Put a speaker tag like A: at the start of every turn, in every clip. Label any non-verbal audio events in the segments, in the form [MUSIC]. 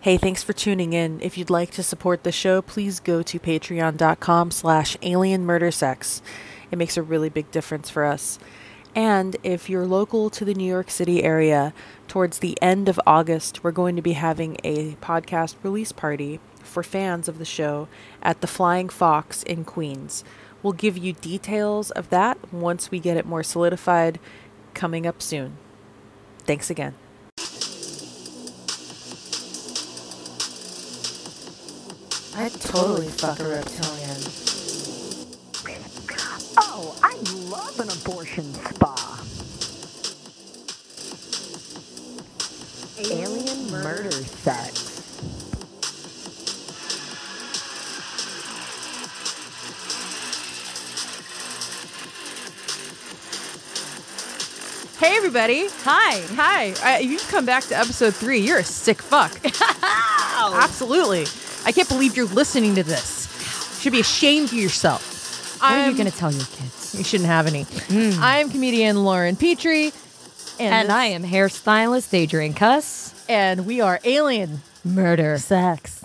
A: Hey, thanks for tuning in. If you'd like to support the show, please go to patreon.com slash alienmurdersex. It makes a really big difference for us. And if you're local to the New York City area, towards the end of August, we're going to be having a podcast release party for fans of the show at the Flying Fox in Queens. We'll give you details of that once we get it more solidified coming up soon. Thanks again.
B: I'd totally fuck a reptilian.
C: Oh, I love an abortion spa. Alien murder sex.
D: Hey, everybody. Hi. Hi. Uh, you've come back to episode three. You're a sick fuck. Absolutely. I can't believe you're listening to this. You should be ashamed of yourself.
B: What are
D: I'm-
B: you gonna tell your kids?
D: You shouldn't have any. I'm comedian Lauren Petrie. And,
B: And
D: this-
B: I am hairstylist Adrian Cuss.
D: And we are Alien
B: Murder.
D: Sex.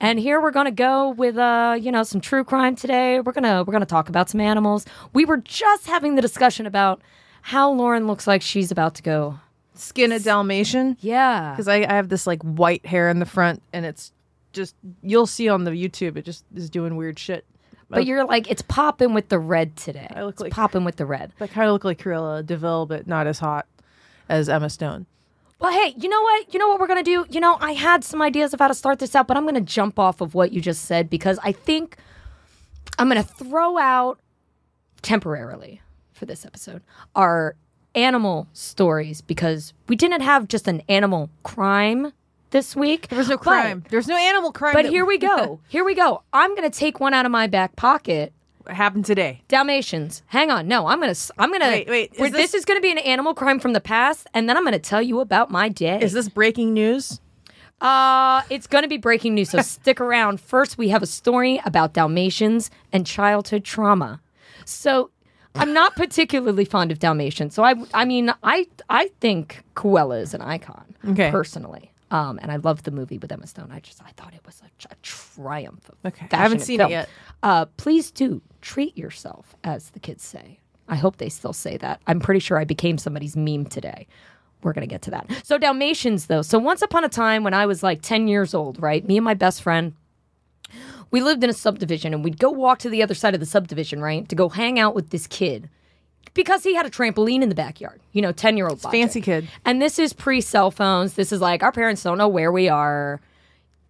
B: And here we're gonna go with uh, you know, some true crime today. We're gonna we're gonna talk about some animals. We were just having the discussion about how Lauren looks like she's about to go.
D: Skin a Dalmatian.
B: Yeah.
D: Because I, I have this like white hair in the front and it's just, you'll see on the YouTube, it just is doing weird shit.
B: But you're like, it's popping with the red today.
D: I look
B: it's
D: like-
B: popping with the red.
D: I kind of look like Cruella DeVille, but not as hot as Emma Stone.
B: Well, hey, you know what? You know what we're gonna do? You know, I had some ideas of how to start this out, but I'm gonna jump off of what you just said because I think I'm gonna throw out temporarily for this episode our animal stories because we didn't have just an animal crime this
D: [LAUGHS]
B: week.
D: There was no
B: but-
D: crime. There was no animal crime.
B: But,
D: that
B: here we go. Here we go. I'm gonna take one out of my back pocket.
D: happened today.
B: Dalmatians. Hang on. No, I'm gonna. s- I'm gonna.
D: Wait, wait, is
B: we're- this,
D: this-
B: is gonna be an animal crime from the past, and then I'm gonna tell you about my day.
D: Is this breaking news?
B: Uh, it's going to be breaking news, so stick around. First, we have a story about Dalmatians and childhood trauma. So, I'm not particularly fond of Dalmatians. So, I, I mean, I, I think Cruella is an icon,
D: Okay.
B: personally. Um, and I love the movie with Emma Stone. I just, I thought it was a, tr- a triumph. Of
D: Okay. I haven't
B: fashion and
D: seen it
B: film.
D: yet.
B: Uh, please do treat yourself, as the kids say. I hope they still say that. I'm pretty sure I became somebody's meme today. We're going to get to that. So, Dalmatians, though. So, once upon a time when I was like 10 years old, right? Me and my best friend, we lived in a subdivision and we'd go walk to the other side of the subdivision, right? To go hang out with this kid because he had a trampoline in the backyard, you know, 10 year old
D: Fancy kid.
B: and this is pre cell phones. This is like our parents don't know where we are.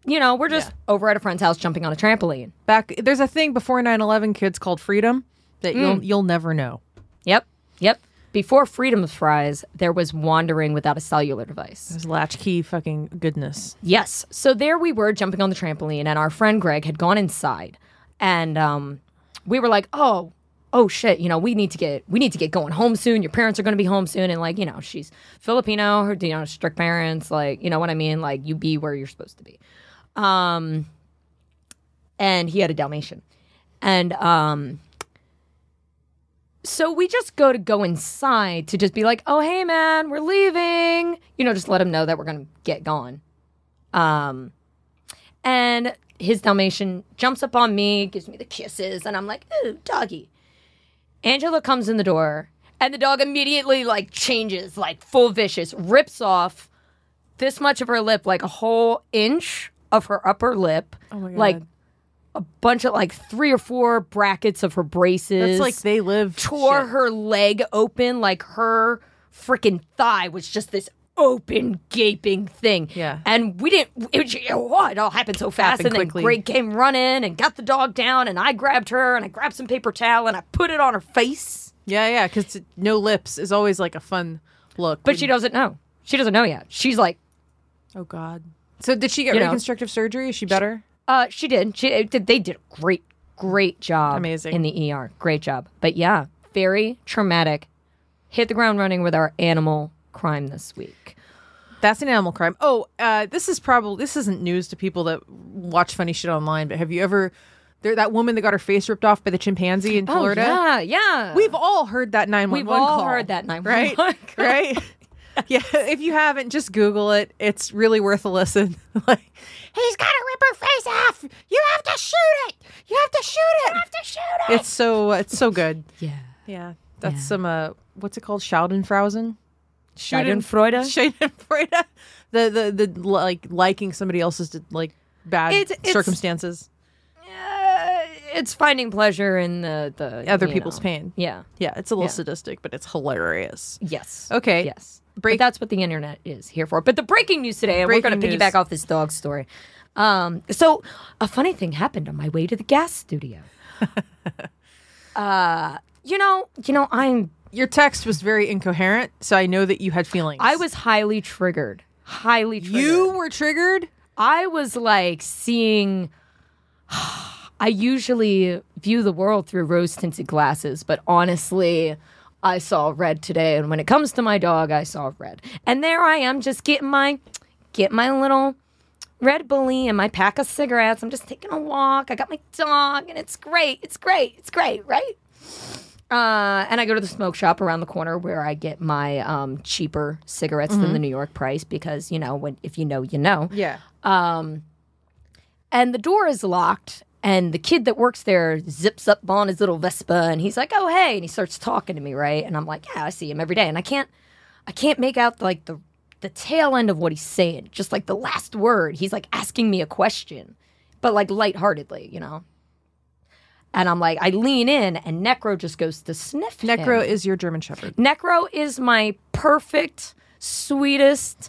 B: You know, we're just over at a friend's house jumping on a trampoline.
D: Back there's a thing before 9/11 kids called freedom that you'll you'll never know.
B: Yep. Yep. Before Freedom Fries, there was wandering without a cellular device.
D: It was latchkey fucking goodness.
B: Yes. So there we were jumping on the trampoline, and our friend Greg had gone inside, and um, we were like, "Oh, oh shit! You know, we need to get we need to get going home soon. Your parents are going to be home soon, and like, you know, she's Filipino, her you know strict parents, like, you know what I mean? Like, you be where you're supposed to be." Um, and he had a Dalmatian, and um. So we just go to go inside to just be like, oh, hey, man, we're leaving. You know, just let him know that we're going to get gone. Um, and his Dalmatian jumps up on me, gives me the kisses, and I'm like, ooh, doggy. Angela comes in the door, and the dog immediately like changes, like full vicious, rips off this much of her lip, like a whole inch of her upper lip,
D: Oh my God.
B: like a bunch of like three or four brackets of her braces
D: It's like they live
B: tore
D: shit.
B: her leg open like her freaking thigh was just this open gaping thing
D: Yeah.
B: and we didn't it, it- oh, it all happened so fast
D: Happened
B: and then
D: quickly.
B: greg came running and got the dog down and i grabbed her and i grabbed some paper towel and i put it on her face
D: Yeah, yeah, cuz no lips is always like a fun look.
B: but she doesn't know she doesn't know yet she's like
D: Oh god. So did she get
B: You know.
D: reconstructive surgery? Is she better?
B: Uh, she did. She it did. They did a great, great job.
D: Amazing.
B: in the ER. Great job. But yeah, very traumatic. Hit the ground running with our animal crime this week.
D: That's an animal crime. Oh, uh, this is probably this isn't news to people that watch funny shit online, but have you ever there that woman that got her face ripped off by the chimpanzee in Florida?
B: Oh, yeah, yeah.
D: Oh, We've all heard that 911
B: all
D: call.
B: heard that 911
D: [LAUGHS] right?
B: call.
D: Right? yeah, if you haven't, just Google it. It's really worth a listen. [LAUGHS] like, he's got to rip her face off. You have to shoot it. You have to shoot it. You have to shoot it. It's so it's so good.
B: Yeah.
D: Yeah, that's
B: Yeah.
D: some uh, what's it called? Schadenfreude.
B: Schadenfreude?
D: Schadenfreude. [LAUGHS] The the the like liking somebody else's like bad
B: It's- it's-
D: circumstances,
B: Uh, it's finding pleasure in the, the
D: other
B: you
D: people's
B: know.
D: pain.
B: Yeah.
D: Yeah, it's a little
B: Yeah.
D: sadistic, but it's hilarious.
B: Yes.
D: Okay.
B: Yes.
D: Break-
B: Break. that's what the internet is here for. But the breaking news today, and we're
D: Breaking
B: going to piggyback
D: news.
B: off this dog story. Um, so, a funny thing happened on my way to the gas studio. [LAUGHS] uh, you know, you know, I'm
D: Your text was very incoherent, so I know that you had feelings.
B: I was highly triggered. Highly triggered.
D: you were triggered.
B: I was like seeing. [SIGHS] I usually view the world through rose tinted glasses, but honestly, I saw red today. And when it comes to my dog, I saw red. And there I am, just getting my, get my little red bully and my pack of cigarettes. I'm just taking a walk. I got my dog, and it's great. It's great. It's great, right? Uh, and I go to the smoke shop around the corner where I get my um, cheaper cigarettes than the New York price because you know when if you know you know
D: Yeah.
B: and the door is locked and the kid that works there zips up on his little vespa and he's like oh hey and he starts talking to me right and i'm like yeah i see him every day and i can't i can't make out like the the tail end of what he's saying just like the last word he's like asking me a question but like lightheartedly you know and i'm like i lean in and necro just goes to sniff him.
D: Necro is your German Shepherd.
B: Necro is my perfect, sweetest,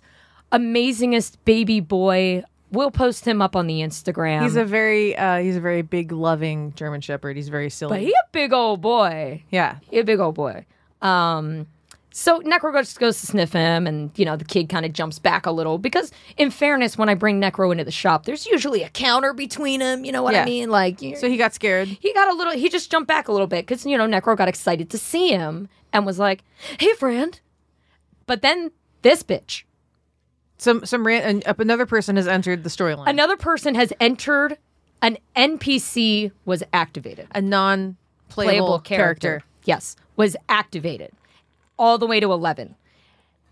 B: amazingest baby boy. We'll post him up on the Instagram.
D: He's a very uh, he's a very big, loving German Shepherd. He's very silly.
B: but he a big old boy.
D: yeah.
B: He a big old boy. Um, so Necro goes, goes to sniff him, and you know the kid kind of jumps back a little because, in fairness, when I bring Necro into the shop, there's usually a counter between them. You know what
D: Yeah.
B: I mean? Like, you-
D: So he got scared.
B: he got a little he just jumped back a little bit because you know necro got excited to see him and was like hey friend but then this bitch
D: Some some ran- an- up another person has entered the storyline.
B: another person has entered an npc was activated
D: a non
B: playable character. Yes, was activated all the way to 11.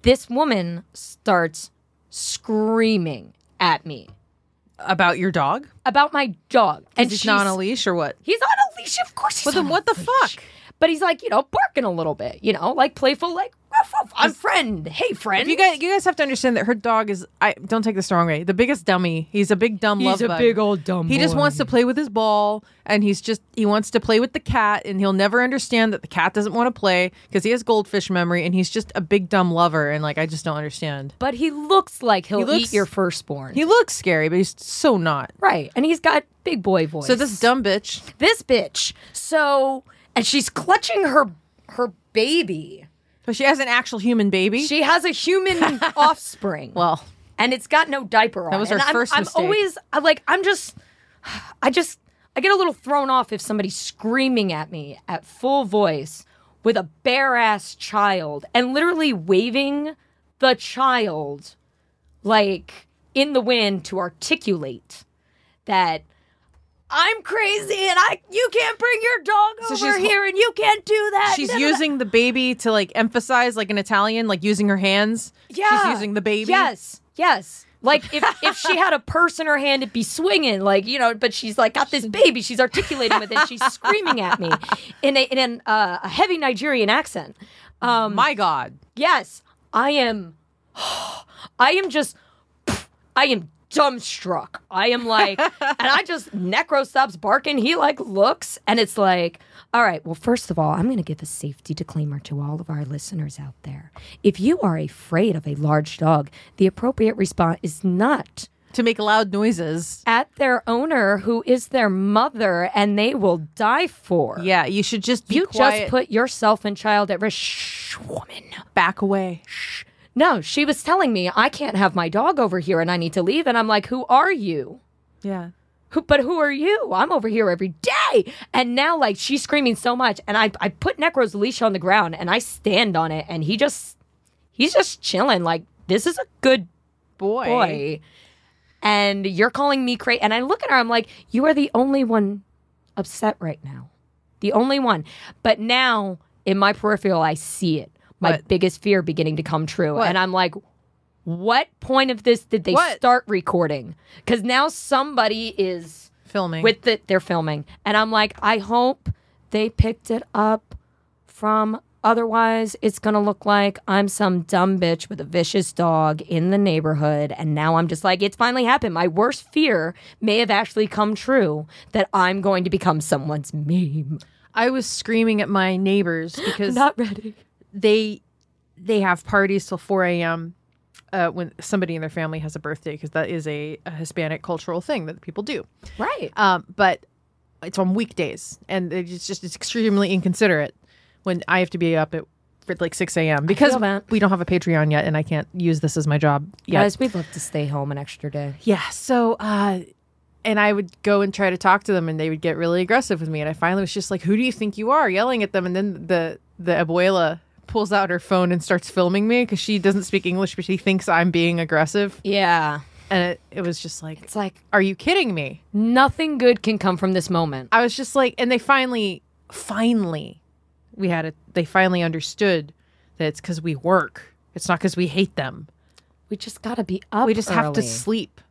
B: This woman starts screaming at me
D: about your dog.
B: about my dog.
D: And
B: And
D: he's
B: she's
D: not on a leash or what?
B: He's on a leash, of course. He's
D: Well, then
B: on
D: what
B: a
D: the
B: leash.
D: fuck?
B: But he's like, you know, barking a little bit, you know, like playful, like, ruff, ruff, I'm friend. Hey, friend.
D: You guys, you guys have to understand that her dog is. I don't take this the wrong way. The biggest dummy. He's a big dumb. love
B: he's a
D: bug.
B: big old dumb
D: He just
B: boy.
D: wants to play with his ball, and he's just he wants to play with the cat, and he'll never understand that the cat doesn't want to play because he has goldfish memory, and he's just a big dumb lover, and like I just don't understand.
B: But he looks like he'll
D: He looks-
B: eat your firstborn.
D: He looks scary, but he's so not.
B: right. And he's got big boy voice.
D: So this dumb bitch,
B: this bitch. So, and she's clutching her her baby.
D: but she has an actual human baby.
B: She has a
D: [LAUGHS]
B: human offspring.
D: well,
B: and it's got no diaper on. That
D: was
B: and
D: her
B: I'm,
D: first
B: I'm
D: mistake.
B: always I like I'm just I just I get a little thrown off if somebody's screaming at me at full voice with a bare ass child and literally waving the child like in the wind to articulate that I'm crazy and I you can't bring your dog
D: she's
B: over
D: hol-
B: here and you can't do that.
D: she's
B: Da, da, da.
D: using the baby to like emphasize, like an Italian, like using her hands. she's using the baby.
B: Yes, yes. Like if if she had a purse in her hand, it'd be swinging. Like you know, but she's like got this baby. She's articulating with it. She's screaming at me in a in an, uh, a heavy Nigerian accent.
D: Um, my God.
B: Yes, I am. [GASPS] I am just. I am dumbstruck. I am
D: [LAUGHS]
B: like, and I just necro stops barking. He like looks, and it's like, all right. Well, first of all, I'm going to give a safety disclaimer to all of our listeners out there. If you are afraid of a large dog, the appropriate response is not
D: To make loud noises.
B: at their owner, who is their mother, and they will die for.
D: Yeah, you should just be
B: You
D: quiet.
B: just put yourself and child at risk, Shh, woman.
D: back away.
B: No, she was telling me I can't have my dog over here and I need to leave. And I'm like, who are you?
D: Yeah.
B: Who, but who are you? I'm over here every day. And now, like, she's screaming so much. And I, I put Necro's leash on the ground and I stand on it. And he just, he's just chilling. Like, this is a good
D: Boy.
B: boy. And you're calling me crazy. And I look at her, I'm like, you are the only one upset right now. The only one. But now in my peripheral, I see it. my
D: What?
B: biggest fear beginning to come true.
D: What?
B: And I'm like, what point of this did they
D: What?
B: start recording? Because now somebody is
D: filming.
B: with the they're filming, and I'm like, I hope they picked it up from. Otherwise, it's gonna look like I'm some dumb bitch with a vicious dog in the neighborhood, and now I'm just like, it's finally happened. My worst fear may have actually come true that I'm going to become someone's meme.
D: I was screaming at my [GASPS] neighbors because
B: Not ready.
D: they they have parties till 4 a.m. Uh, when somebody in their family has a birthday, because that is a, a Hispanic cultural thing that people do.
B: Right.
D: Um, but it's on weekdays, and it's just it's extremely inconsiderate when I have to be up at for like 6 a.m. because
B: feel that.
D: we don't have a Patreon yet, and I can't use this as my job yet.
B: Guys, we'd love to stay home an extra day.
D: Yeah. So, uh, and I would go and try to talk to them, and they would get really aggressive with me. And I finally was just like, "Who do you think you are?" Yelling at them, and then the the abuela pulls out her phone and starts filming me because she doesn't speak English, but she thinks I'm being aggressive.
B: Yeah.
D: And it, it was just like,
B: It's like
D: "Are you kidding me?"
B: nothing good can come from this moment.
D: I was just like, and they finally, finally, we had it. They finally understood that it's because we work. It's not because we hate them.
B: We just got to be up.
D: We just have to
B: early.
D: sleep.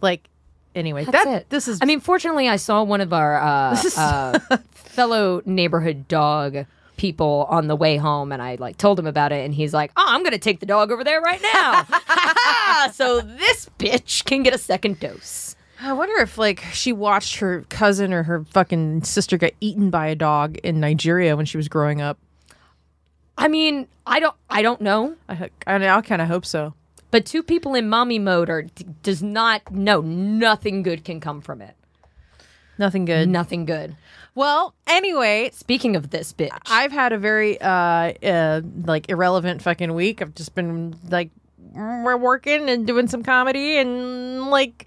D: Like, anyway,
B: That's
D: that
B: it.
D: this is.
B: I mean, fortunately, I saw one of our uh,
D: This
B: [LAUGHS]
D: is-
B: uh, fellow neighborhood dog people on the way home, and I like told him about it, and he's like, "Oh, I'm gonna take the dog over there right [LAUGHS] now, so this bitch can get a second dose."
D: I wonder if like she watched her cousin or her fucking sister get eaten by a dog in Nigeria when she was growing up.
B: I mean, I don't, I don't know.
D: I I, I kind of hope so.
B: But two people in mommy mode are d- does not no nothing good can come from it.
D: Nothing good.
B: Nothing good.
D: Well, anyway,
B: Speaking of this bitch,
D: I've had a very uh, uh like irrelevant fucking week. I've just been like mm, we're working and doing some comedy and like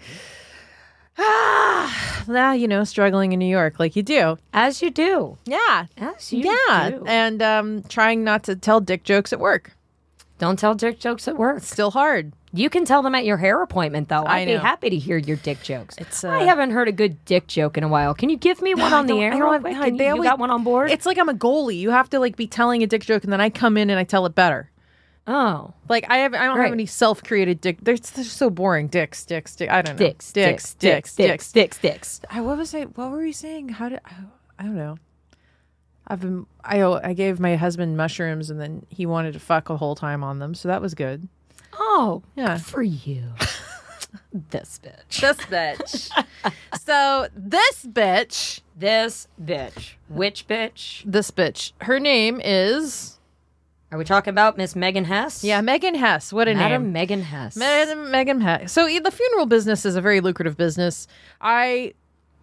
D: [SIGHS] ah, nah, you know, struggling in New York like you do.
B: as you do,
D: Yeah.
B: as you
D: yeah,
B: do.
D: and um trying not to tell dick jokes at work.
B: Don't tell dick jokes at work.
D: Still hard.
B: You can tell them at your hair appointment, though.
D: I
B: I'd be
D: know.
B: happy to hear your dick jokes.
D: It's,
B: I
D: uh,
B: haven't heard a good dick joke in a while. Can you give me one on the
D: don't-
B: air?
D: I
B: real
D: don't-
B: quick?
D: I-
B: Can you,
D: they
B: you
D: always-
B: got one on
D: [LAUGHS]
B: board?
D: It's like I'm a goalie. You have to like be telling a dick joke, and then I come in and I tell it better.
B: oh,
D: Like I have, I don't
B: Right.
D: have any self-created dick. They're, they're so boring. Dicks, dicks, dicks. I don't know.
B: dicks, dicks, dicks, dicks, dicks, dicks.
D: I what was I? What were we saying? How did I, I don't know. I've been I oh, I gave my husband mushrooms, and then he wanted to fuck a whole time on them, so that was good.
B: Oh,
D: Yeah.
B: good for
D: [LAUGHS]
B: you. this bitch.
D: This bitch. so this bitch,
B: [LAUGHS] This bitch. Which bitch?
D: this bitch. Her name is
B: Are we talking about Miss Megan Hess?
D: yeah Megan Hess. What a name.
B: Madam Megan Hess.
D: Madam Megan Hess. So the funeral business is a very lucrative business. I,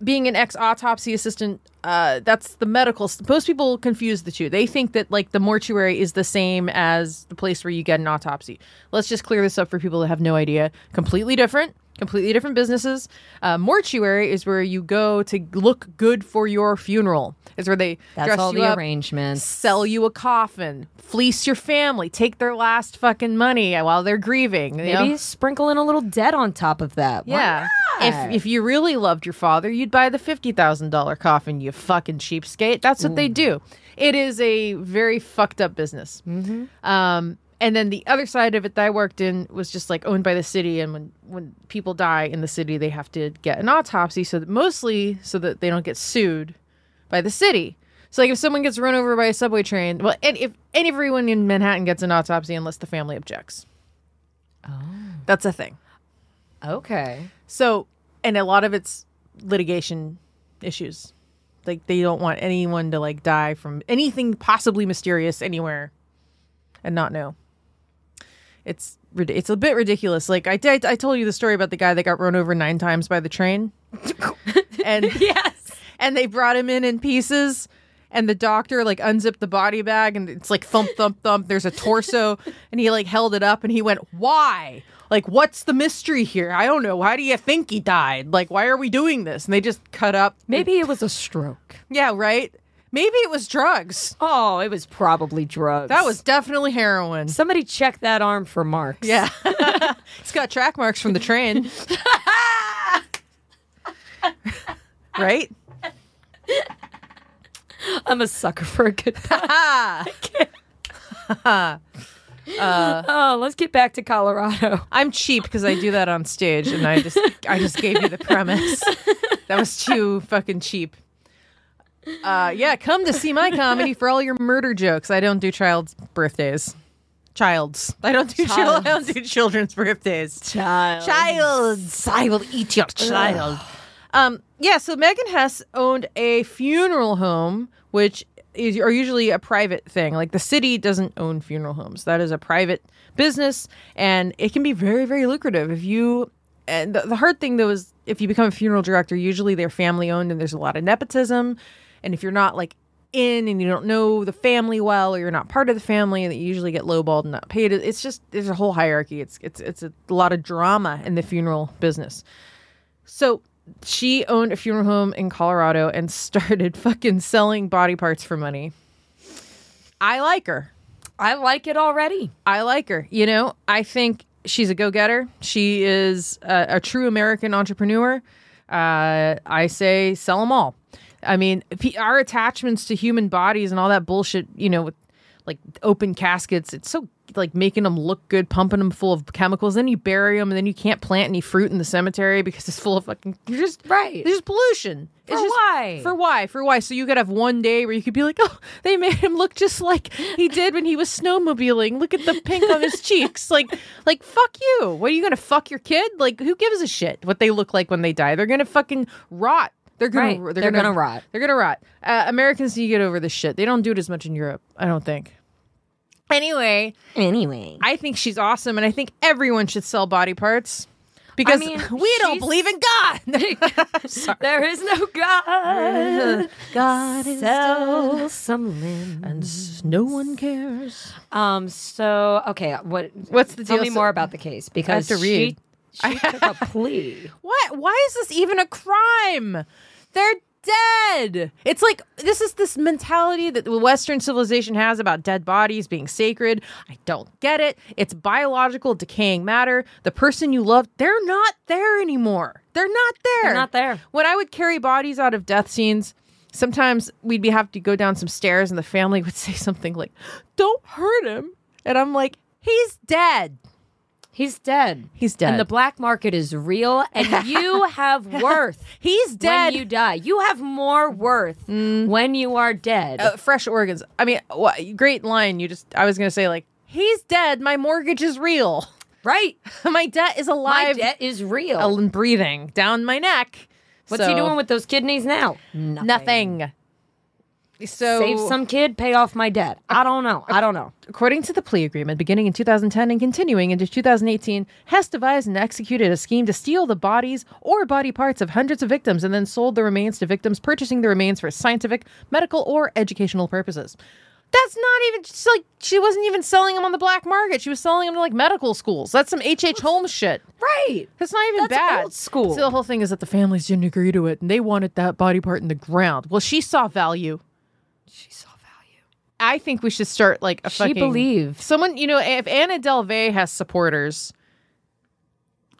D: being an ex autopsy assistant, uh, that's the medical. Most people confuse the two. They think that like the mortuary is the same as the place where you get an autopsy. Let's just clear this up for people that have no idea. Completely different. Completely different businesses. Uh, mortuary is where you go to look good for your funeral. It's where they
B: That's
D: dress
B: all
D: you
B: the
D: up,
B: arrangements.
D: sell you a coffin, fleece your family, take their last fucking money while they're grieving. you know?
B: Maybe sprinkle in a little debt on top of that. Why
D: Yeah.
B: not?
D: If if you really loved your father, you'd buy the fifty thousand dollar coffin. You fucking cheapskate. That's what they do. It is a very fucked up business. Mm-hmm. Um, and then the other side of it that I worked in was just like owned by the city. And when when people die in the city, they have to get an autopsy. So that mostly so that they don't get sued by the city. So like if someone gets run over by a subway train, well, and if and everyone in Manhattan gets an autopsy unless the family objects. Oh, that's a thing. [LAUGHS]
B: Okay.
D: So, and a lot of it's litigation issues. Like they don't want anyone to like die from anything possibly mysterious anywhere and not know. It's rid- it's a bit ridiculous. Like I did, I told you the story about the guy that got run over 9 times by the train. and
B: Yes.
D: and they brought him in in pieces and the doctor like unzipped the body bag and it's like thump thump thump there's a torso [LAUGHS] and he like held it up and he went why like what's the mystery here i don't know why do you think he died like why are we doing this and they just cut up
B: Maybe it was a stroke.
D: yeah right maybe it was drugs
B: Oh, it was probably drugs.
D: that was definitely heroin
B: somebody check that arm for marks. [LAUGHS]
D: yeah it's got track marks from the train right [LAUGHS]
B: I'm a sucker for a good pun. oh, let's get back to Colorado.
D: I'm cheap because I do that on stage, and I just I just gave you the premise. That was too fucking cheap. Uh, yeah, come to see my comedy for all your murder jokes. I don't do child's birthdays. Child's. I don't do child, I don't do children's birthdays.
B: Child.
D: Child's. I will eat your child. um, yeah. So Megan Hess owned a funeral home, which is are usually a private thing. Like the city doesn't own funeral homes. That is a private business, and it can be very, very lucrative if you. And the, the hard thing though is if you become a funeral director, usually they're family owned, and there's a lot of nepotism. And if you're not like in and you don't know the family well, or you're not part of the family, that you usually get lowballed and not paid. It's just there's a whole hierarchy. It's it's it's a lot of drama in the funeral business. So she owned a funeral home in Colorado and [LAUGHS] started fucking selling body parts for money. I like her.
B: I like it already.
D: I like her. You know, I think she's a go getter. She is a, a true American entrepreneur. Uh, I say sell them all. I mean, p- our attachments to human bodies and all that bullshit, you know, with like open caskets, it's so like making them look good, pumping them full of chemicals. Then you bury them and then you can't plant any fruit in the cemetery because it's full of fucking, you're just,
B: Right.
D: There's pollution. For
B: why?
D: For why? For why? So you could have one day where you could be like, [LAUGHS] oh, they made him look just like he did when he was snowmobiling. Look at the pink on his cheeks. [LAUGHS] Like, like fuck you. What are you gonna fuck your kid? Like, who gives a shit what they look like when they die? They're gonna fucking rot. They're gonna.
B: Right.
D: They're,
B: They're gonna rot.
D: They're gonna rot. Uh, Americans need to get over this shit. They don't do it as much in Europe. I don't think. Anyway,
B: Anyway.
D: I think she's awesome, and I think everyone should sell body parts because
B: mean,
D: [LAUGHS] we don't
B: she's-
D: believe in God.
B: [LAUGHS]
D: [LAUGHS] Sorry.
B: There is no
D: [LAUGHS]
B: God.
D: God is
B: Sell some limbs.
D: and no one cares.
B: Um. So okay. What?
D: What's the
B: Tell
D: deal?
B: me
D: So-
B: more about the case because
D: to read.
B: she, she took a plea.
D: What? Why is this even a crime? They're dead. It's like this is this mentality that the Western civilization has about dead bodies being sacred. I don't get it. It's biological decaying matter. The person you loved, they're not there anymore. They're not there.
B: They're not there.
D: When I would carry bodies out of death scenes, sometimes we'd be have to go down some stairs and the family [LAUGHS] would say something like, "Don't hurt him." And I'm like, "He's dead."
B: He's dead.
D: [LAUGHS] He's dead.
B: And the black market is real,
D: [LAUGHS]
B: and you have worth.
D: He's dead. Mm.
B: When you die, you have more worth when you are dead.
D: uh, fresh organs. I mean, wha- great line. You just, I was gonna say like, he's dead. My mortgage is real. [LAUGHS]
B: right.
D: my debt is
B: My
D: alive
B: debt is real.
D: and breathing down my neck.
B: What's he doing with those kidneys now? Nothing.
D: nothing? So
B: Save some kid, pay off my debt. I don't know. I don't know.
D: According to the plea agreement, beginning in 2010 and continuing into 2018, Hess devised and executed a scheme to steal the bodies or body parts of hundreds of victims and then sold the remains to victims, purchasing the remains for scientific, medical, or educational purposes. That's not even just like she wasn't even selling them on the black market. She was selling them to like medical schools. That's some H.H. Holmes shit.
B: Right.
D: That's not even
B: That's
D: bad.
B: old school.
D: So the whole thing is that the families didn't agree to it and they wanted that body part in the ground. Well, she saw value.
B: She saw value.
D: I think we should start like a
B: She
D: fucking
B: believes.
D: someone. You know, if Anna Delvey has supporters,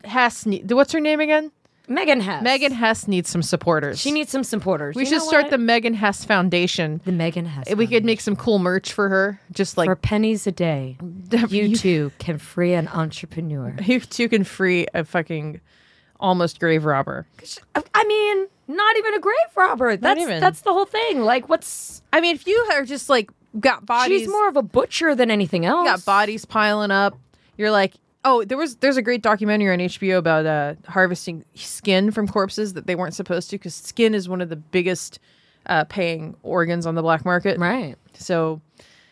D: Hess. Ne- what's her name again?
B: Megan has.
D: Megan Hess needs some supporters.
B: She needs some supporters.
D: We
B: You
D: should
B: know
D: start
B: what?
D: the Megan Hess Foundation.
B: The Megan has.
D: we could
B: Foundation.
D: make some cool merch for her. Just like
B: for pennies a day,
D: [LAUGHS]
B: you [LAUGHS] too can free an entrepreneur.
D: you two can free a fucking almost grave robber.
B: I mean, not even a grave robber. That's
D: even.
B: that's the whole thing. Like, what's
D: I mean, if you are just like got bodies,
B: she's more of a butcher than anything else.
D: got bodies piling up. You're like, oh, there was there's a great documentary on HBO about uh, harvesting skin from corpses that they weren't supposed to because skin is one of the biggest uh, paying organs on the black market.
B: right?
D: So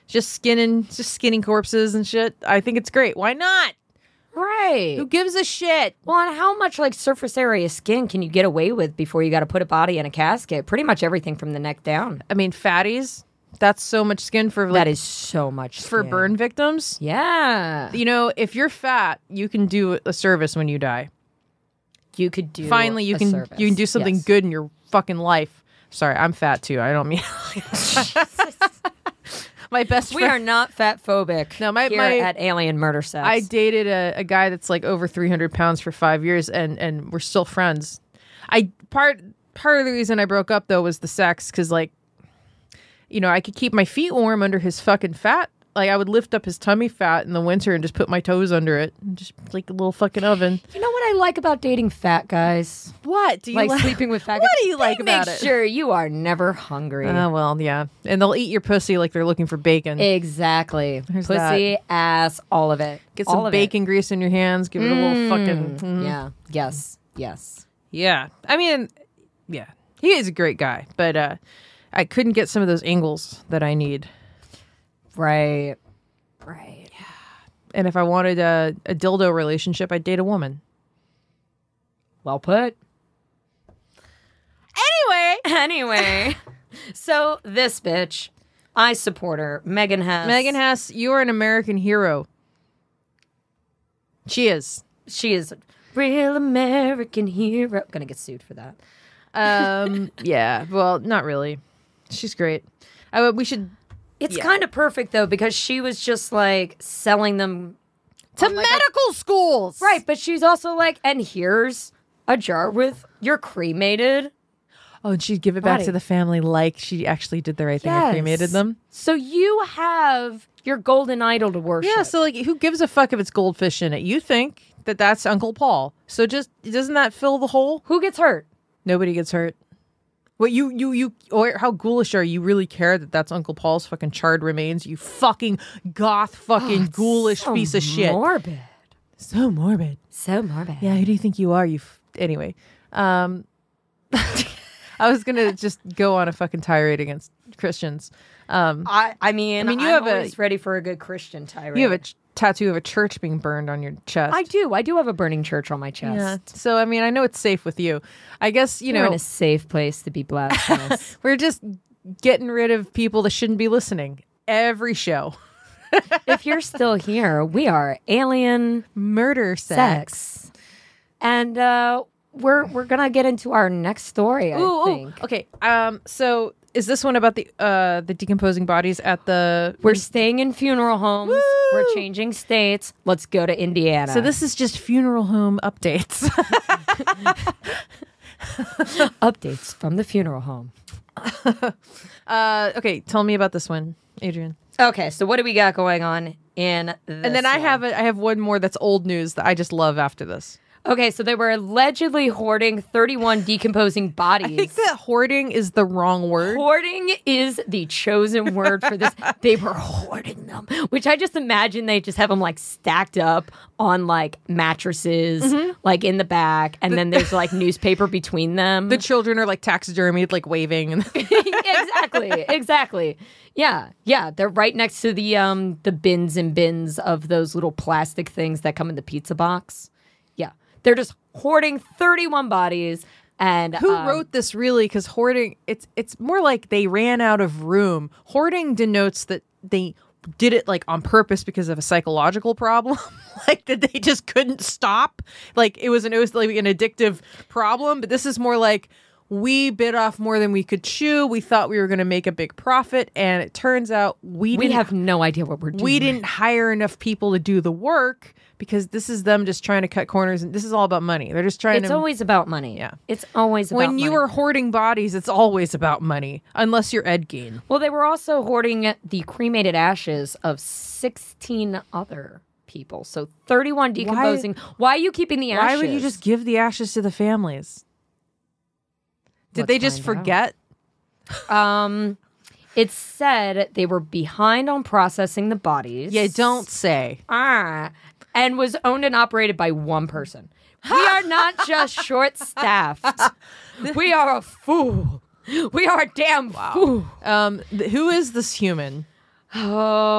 D: just skinning, just skinning corpses and shit. I think it's great. Why not?
B: Right.
D: Who gives a shit?
B: Well, and how much like surface area skin can you get away with before you got to put a body in a casket? Pretty much everything from the neck down.
D: I mean, fatties. That's so much skin for like,
B: that is so much
D: for
B: skin.
D: burn victims.
B: Yeah,
D: You know, if you're fat, you can do a service when you die.
B: you could do.
D: finally you
B: a
D: can
B: service.
D: you can do something
B: Yes.
D: good in your fucking life. Sorry, I'm fat too. I don't mean my best
B: We are
D: friend.
B: not fat phobic.
D: No, my-
B: here
D: my-
B: at Alien Murder Sex.
D: [LAUGHS] I dated a, a guy that's like over 300 pounds for five years, and and we're still friends. I part part of the reason I broke up though was the sex, because like, you know, I could keep my feet warm under his fucking fat like I would lift up his tummy fat in the winter and just put my toes under it, and just like a little fucking oven.
B: You know what I like about dating fat guys?
D: What do you
B: Like
D: [LAUGHS]
B: sleeping with [LAUGHS] fat
D: What
B: guys?
D: do you
B: They
D: like about
B: make
D: it?
B: sure you are never hungry.
D: Oh well, yeah, and they'll eat your pussy like they're looking for bacon.
B: exactly. Pussy, ass, all of it.
D: Get
B: All
D: some
B: of it.
D: bacon grease in your hands. Give it a little fucking. Mm.
B: Yeah. Yes. Yes.
D: Yeah, I mean, yeah, he is a great guy, but uh, I couldn't get some of those angles that I need.
B: Right. Right.
D: And if I wanted a, a dildo relationship, I'd date a woman.
B: Well put. [LAUGHS] Anyway, anyway. so this bitch, I support her. Megan has
D: Megan Hess, you are an American hero. She is.
B: She is a real American hero. Gonna get sued for that.
D: [LAUGHS] Um, yeah. Well, not really. She's great. I, would- we should
B: It's kind of perfect though because she was just like selling them
D: to medical schools.
B: right, but she's also like, and here's a jar with your cremated.
D: Oh, and she'd give it back
B: Body.
D: to the family like she actually did the right thing and cremated
B: Yes.
D: them.
B: So you have your golden idol to worship.
D: Yeah. So, like, who gives a fuck if it's goldfish in it? You think that that's Uncle Paul. So, just doesn't that fill the hole?
B: Who gets hurt?
D: Nobody gets hurt. What you you you or how ghoulish are you? Really care that that's Uncle Paul's fucking charred remains? You fucking goth fucking ghoulish
B: Oh, So
D: piece of shit.
B: Morbid.
D: so morbid.
B: So morbid.
D: Yeah, who do you think you are? You f- anyway. Um, [LAUGHS] I was gonna just go on a fucking tirade against Christians. Um,
B: I, I mean, I
D: mean, you
B: am
D: have a-
B: always ready for a good Christian tirade.
D: you have a ch- tattoo of a church being burned on your chest.
B: I do. I do have a burning church on my chest.
D: Yeah. So I mean, I know it's safe with you. I guess you
B: You're
D: know
B: in a safe place to be blasphemous.
D: we're just getting rid of people that shouldn't be listening every show.
B: [LAUGHS] if you're still here, we are alien
D: Murder sex.
B: sex, and uh, we're we're gonna get into our next story. I
D: Ooh, ooh.
B: think
D: Okay. Um. So is this one about the uh the decomposing bodies at the?
B: we're staying in funeral homes. We're changing states. Let's go to Indiana.
D: so this is just funeral home updates. [LAUGHS]
B: updates from the funeral home.
D: Uh, okay, tell me about this one, Adrian.
B: Okay, so what do we got going on in? This
D: And then I
B: one?
D: have a, I have one more that's old news that I just love after this.
B: Okay, so they were allegedly hoarding 31 decomposing bodies.
D: [LAUGHS] I think that hoarding is the wrong word.
B: Hoarding is the chosen word for
D: [LAUGHS]
B: this. they were hoarding them, which I just imagine they just have them like stacked up on like mattresses,
D: Mm-hmm.
B: like in the back, and then there's like newspaper between them. [LAUGHS]
D: The children are like taxidermied, like waving. [LAUGHS] And
B: exactly, exactly. Yeah, yeah. They're right next to the um the bins and bins of those little plastic things that come in the pizza box. Yeah, they're just hoarding 31 bodies. And
D: who
B: um,
D: wrote this really? Because hoarding, it's it's more like they ran out of room. Hoarding denotes that they did it like on purpose because of a psychological problem, [LAUGHS] like that they just couldn't stop. Like it was an it was like an addictive problem. But this is more like we bit off more than we could chew. We thought we were going to make a big profit, and it turns out we
B: we
D: didn't
B: have no idea what we're doing.
D: we didn't hire enough people to do the work because this is them just trying to cut corners and this is all about money. They're just trying
B: It's
D: to
B: always about money.
D: Yeah.
B: It's always about
D: when you
B: money.
D: are hoarding bodies, it's always about money, unless you're Ed Gein.
B: Well, they were also hoarding the cremated ashes of 16 other people. So 31 decomposing. Why, are you keeping the ashes?
D: Why would you just give the ashes to the families? Did
B: Let's
D: they just
B: find out.
D: forget?
B: Um it said they were behind on processing the bodies.
D: Yeah, don't say.
B: Ah, and was owned and operated by one person. We are
D: [LAUGHS]
B: not just short staffed. We are a fool. We are a damn fool.
D: Um, th- who is this human?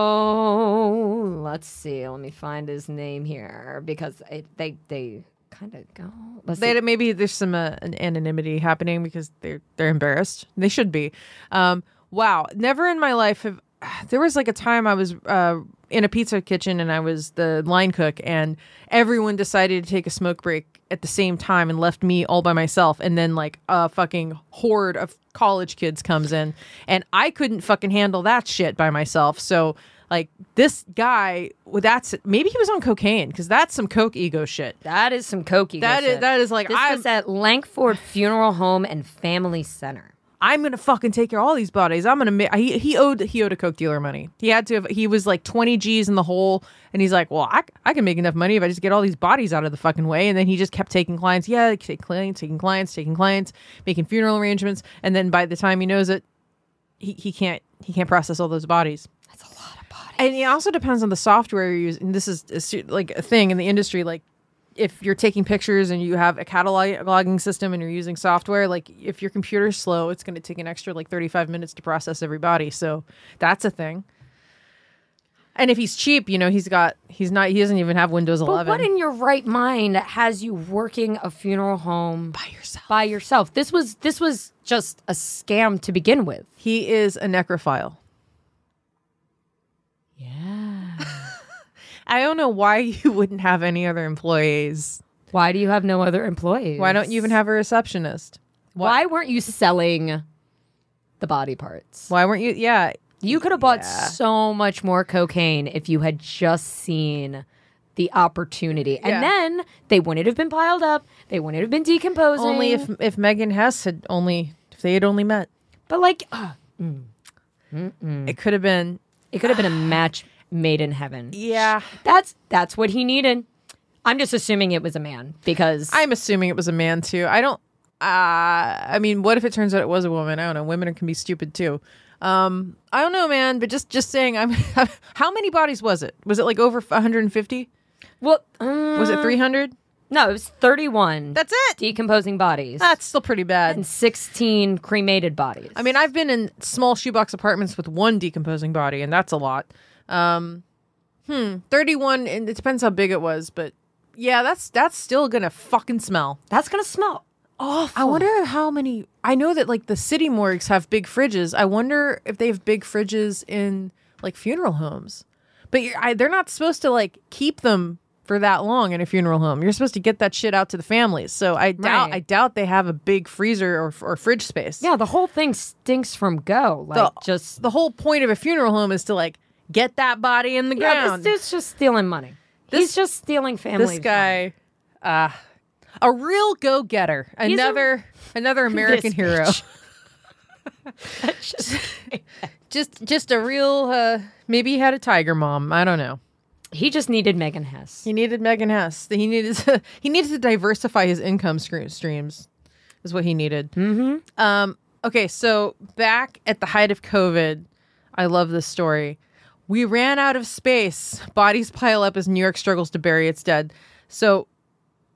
B: Oh, let's see. Let me find his name here because it, they they kind of go. Let's
D: They,
B: see.
D: maybe there's some uh, an anonymity happening because they're they're embarrassed. They should be. Um, wow, never in my life have [SIGHS] there was like a time I was uh, in a pizza kitchen and I was the line cook and everyone decided to take a smoke break at the same time and left me all by myself and then like a fucking horde of college kids comes in and I couldn't fucking handle that shit by myself. So like this guy, well, that's maybe he was on cocaine because that's some coke ego shit.
B: That is some cokey.
D: That is- that is like,
B: this
D: I'm-
B: was at Langford Funeral Home and Family Center.
D: I'm gonna fucking take care of all these bodies. I'm gonna make. He, he owed he owed a coke dealer money. He had to have. He was like 20 G's in the hole, and he's like, well, I, I can make enough money if I just get all these bodies out of the fucking way. And then he just kept taking clients. Yeah, take clients, taking clients, taking clients, making funeral arrangements, and then by the time he knows it, he, he can't he can't process all those bodies.
B: That's a lot of bodies.
D: And it also depends on the software you're using. This is a, se- like a thing in the industry. Like if you're taking pictures and you have a cataloging system and you're using software, like if your computer's slow, it's going to take an extra like 35 minutes to process every body. So that's a thing. And if he's cheap, you know he's got he's not he doesn't even have Windows
B: But
D: 11.
B: what in your right mind has you working a funeral home by
D: yourself.
B: By yourself. This was this was just a scam to begin with.
D: he is a necrophile.
B: Yeah.
D: I don't know why [LAUGHS] you wouldn't have any other employees.
B: Why do you have no other employees?
D: Why don't you even have a receptionist?
B: Why weren't you selling the body parts?
D: Why weren't you? Yeah,
B: You could have bought so much more cocaine if you had just seen the opportunity. And
D: Yeah.
B: then they wouldn't have been piled up. They wouldn't have been decomposing.
D: only if if Megan Hess had only if they had only met,
B: But like ugh,
D: it could have been.
B: it could have
D: [SIGHS]
B: been a match made in heaven.
D: Yeah,
B: That's that's what he needed. I'm just assuming it was a man because
D: I'm assuming it was a man too. I don't. Uh, I mean, what if it turns out it was a woman? I don't know. Women can be stupid too. Um, I don't know, man. But just just saying, I'm. [LAUGHS] how many bodies was it? Was it like over 150?
B: well, um,
D: Was it 300?
B: no, it was 31
D: Uh, That's it.
B: decomposing bodies
D: That's still pretty bad.
B: and 16 cremated bodies.
D: I mean, I've been in small shoebox apartments with one decomposing body, and that's a lot. Um, hmm, thirty-one, and it depends how big it was, but yeah, that's that's still gonna fucking smell.
B: that's gonna smell awful.
D: I wonder how many. I know that like the city morgues have big fridges. I wonder if they have big fridges in like funeral homes, but you're, I, they're not supposed to like keep them for that long in a funeral home. You're supposed to get that shit out to the families. So I doubt
B: Right.
D: I doubt they have a big freezer or or fridge space.
B: Yeah, the whole thing stinks from go. Like just
D: the whole point of a funeral home is to like get that body in the
B: yeah, this
D: ground.
B: dude's just stealing money. He's just stealing family.
D: this guy, uh, a real go getter,
B: a-
D: another another American hero.
B: bitch. [LAUGHS] Just-
D: just just a real. Uh, maybe he had a tiger mom. I don't know.
B: he just needed Megan Hess.
D: He needed Megan Hess. He needed to, [LAUGHS] he needed to diversify his income scre- streams, is what he needed. Mm-hmm. Um, okay, so back at the height of COVID, I love this story. We ran out of space. Bodies pile up as New York struggles to bury its dead. So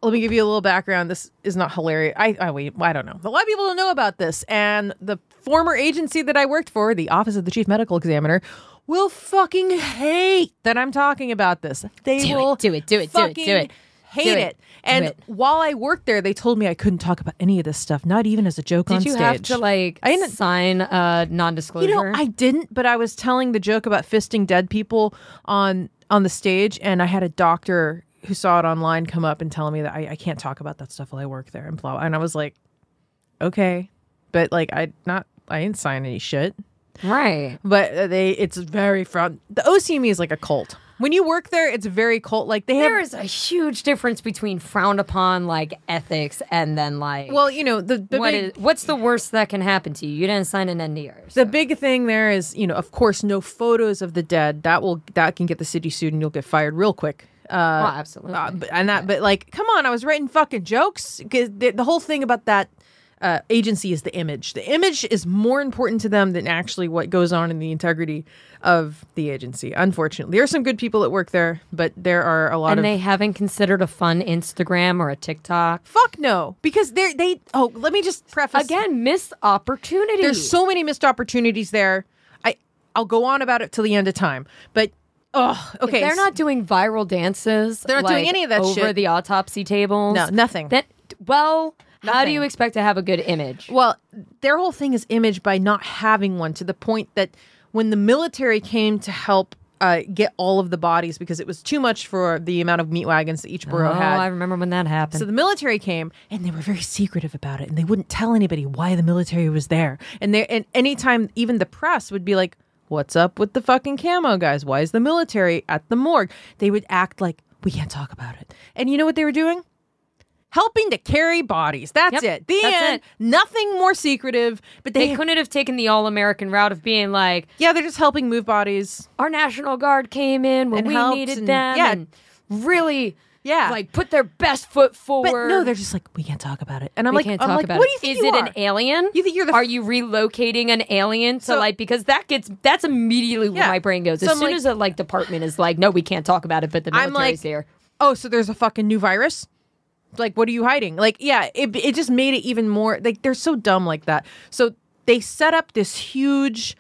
D: let me give you a little background. This is not hilarious. I, I wait, I don't know. A lot of people don't know about this, and the former agency that I worked for, the Office of the Chief Medical Examiner, will fucking hate that I'm talking about this. They
B: Do it,
D: will
B: do it, do it, do it, do
D: fucking
B: it.
D: Hate
B: Do
D: it.
B: it,
D: And
B: do it.
D: while I worked there, they told me I couldn't talk about any of this stuff, not even as a joke on
B: Did you
D: stage.
B: have to like
D: I didn't-
B: sign a non-disclosure?
D: You know, I didn't, but I was telling the joke about fisting dead people on on the stage, and I had a doctor who saw it online come up and tell me that I, I can't talk about that stuff while I work there and blah. And I was like, okay, but like I not I didn't sign any shit.
B: right.
D: But uh, they, it's very front. The OCME E is like a cult. When you work there, it's very cult. Like they have
B: There is a huge difference between frowned upon like ethics and then like
D: well, you know the, the
B: what
D: big-
B: is- what's the worst that can happen to you? You didn't sign an NDR.
D: The big thing there is, you know, of course, no photos of the dead. That will that can get the city sued, and you'll get fired real quick. Uh,
B: Oh, absolutely.
D: uh, but- and that, but like, come on, I was writing fucking jokes. 'Cause The, the whole thing about that uh, agency is the image. The image is more important to them than actually what goes on in the integrity of the agency. Unfortunately, there are some good people that work there, but there are a lot
B: and
D: of
B: they haven't considered a fun Instagram or a TikTok.
D: fuck no because they are they. Oh, let me just preface
B: Again, missed opportunity.
D: There's so many missed opportunities there. I I'll go on about it till the end of time. But oh, okay.
B: If they're not doing viral dances.
D: They're not doing
B: like,
D: any of that
B: over
D: shit.
B: the autopsy tables.
D: No, nothing.
B: That well, how do
D: Nothing.
B: you expect to have a good image?
D: Well, their whole thing is image by not having one to the point that when the military came to help uh, get all of the bodies because it was too much for the amount of meat wagons that each borough
B: oh,
D: had.
B: I remember when that happened.
D: So the military came and they were very secretive about it and they wouldn't tell anybody why the military was there. And they and anytime even the press would be like, What's up with the fucking camo guys? Why is the military at the morgue? They would act like we can't talk about it. And you know what they were doing? helping to carry bodies.
B: Yep,
D: That's it. The
B: that's
D: end.
B: it.
D: Nothing more secretive. But they,
B: They couldn't have taken the all American route of being like,
D: yeah, they're just helping move bodies.
B: our National Guard came in when
D: And
B: we
D: helped
B: needed
D: and-
B: them.
D: yeah.
B: And really,
D: Yeah.
B: like put their best foot
D: But
B: forward.
D: no, they're just like we can't talk about it. And I'm
B: we
D: like,
B: can't
D: I'm
B: talk
D: like,
B: about
D: what
B: it.
D: do you think
B: Is
D: you
B: it
D: are?
B: an alien?
D: You think you're the
B: Are you relocating an alien to
D: So-
B: like because that gets that's immediately where
D: Yeah.
B: my brain goes.
D: So
B: As
D: I'm
B: soon
D: like-
B: as a like department is like, no, we can't talk about it, but the
D: I'm
B: military's
D: like-
B: here.
D: oh, so there's a fucking new virus? Like, what are you hiding? Like, yeah, it, it just made it even more like they're so dumb like that. So they set up this huge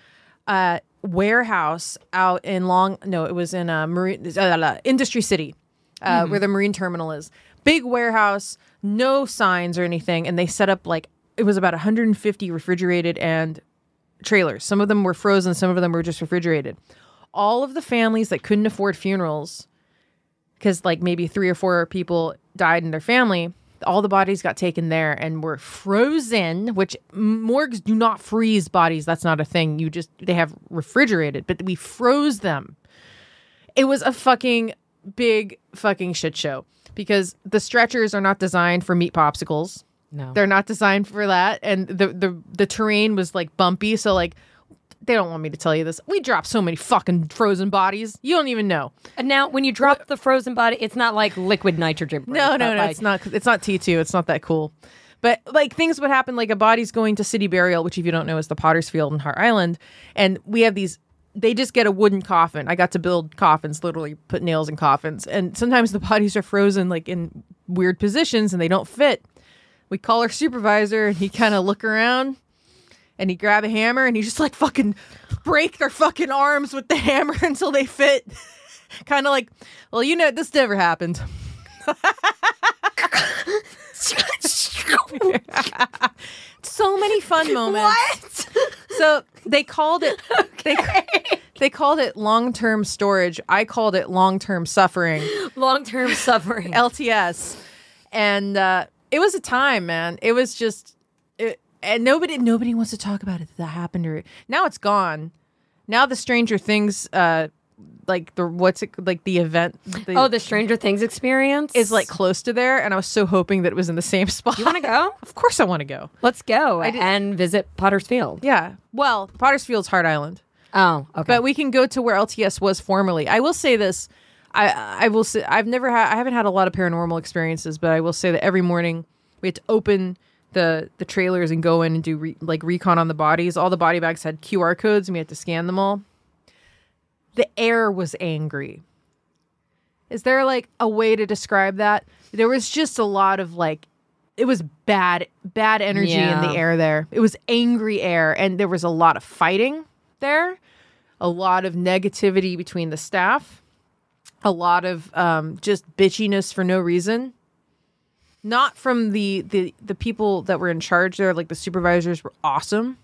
D: uh, warehouse out in Long, no, it was in uh, Marine, uh, la, la, Industry City, uh, where the Marine terminal is. Big warehouse, no signs or anything. And they set up like, it was about 150 refrigerated and trailers. Some of them were frozen, some of them were just refrigerated. All of the families that couldn't afford funerals because like maybe three or four people died in their family. All the bodies got taken there and were frozen, which morgues do not freeze bodies. That's not a thing. You just, they have refrigerated, but we froze them. It was a fucking big fucking shit show because the stretchers are not designed for meat popsicles.
B: No.
D: They're not designed for that. And the, the, the terrain was like bumpy. So, like, they don't want me to tell you this. We dropped so many fucking frozen bodies. You don't even know.
B: And now when you drop the frozen body, it's not like liquid nitrogen. breath,
D: No,
B: but,
D: no, no.
B: like, [LAUGHS]
D: It's not. It's not T two. It's not that cool. But like things would happen, like a body's going to city burial, which if you don't know is the Potter's Field in Hart Island, and we have these. They just get a wooden coffin. I got to build coffins, literally put nails in coffins, and sometimes the [LAUGHS] bodies are frozen, like in weird positions, and they don't fit. We call our supervisor, and he kind of look around, and he grab a hammer, and he just like fucking break their fucking arms with the [LAUGHS] hammer until they fit. [LAUGHS] kind of like, well, you know, this never happened. so many fun moments.
B: [LAUGHS] What?
D: So they called it they, they called it long term storage. I called it long
B: [GASPS]
D: term suffering.
B: Long term suffering.
D: LTS. And uh, it was a time, man. It was just it, and nobody nobody wants to talk about it that happened or now it's gone. Now the Stranger Things uh like the what's it like the event the,
B: oh, the Stranger Things experience [LAUGHS]
D: is like close to there and I was so hoping that it was in the same [LAUGHS] spot.
B: You want to go?
D: Of course I want to go.
B: Let's go
D: did-
B: and visit Potter's Field.
D: Yeah. Well, Potter's Field's Hard Island.
B: Oh, okay.
D: but we can go to where LTS was formerly. I will say this: I I will say I've never had I haven't had a lot of paranormal experiences, but I will say that every morning we had to open the the trailers and go in and do re, like recon on the bodies. All the body bags had QR codes, and we had to scan them all. The air was angry. Is there like a way to describe that? There was just a lot of like it was bad bad energy in
B: Yeah.
D: the air there. It was angry air and there was a lot of fighting there a lot of negativity between the staff, a lot of um, just bitchiness for no reason. Not from the, the the people that were in charge there, like the supervisors were awesome,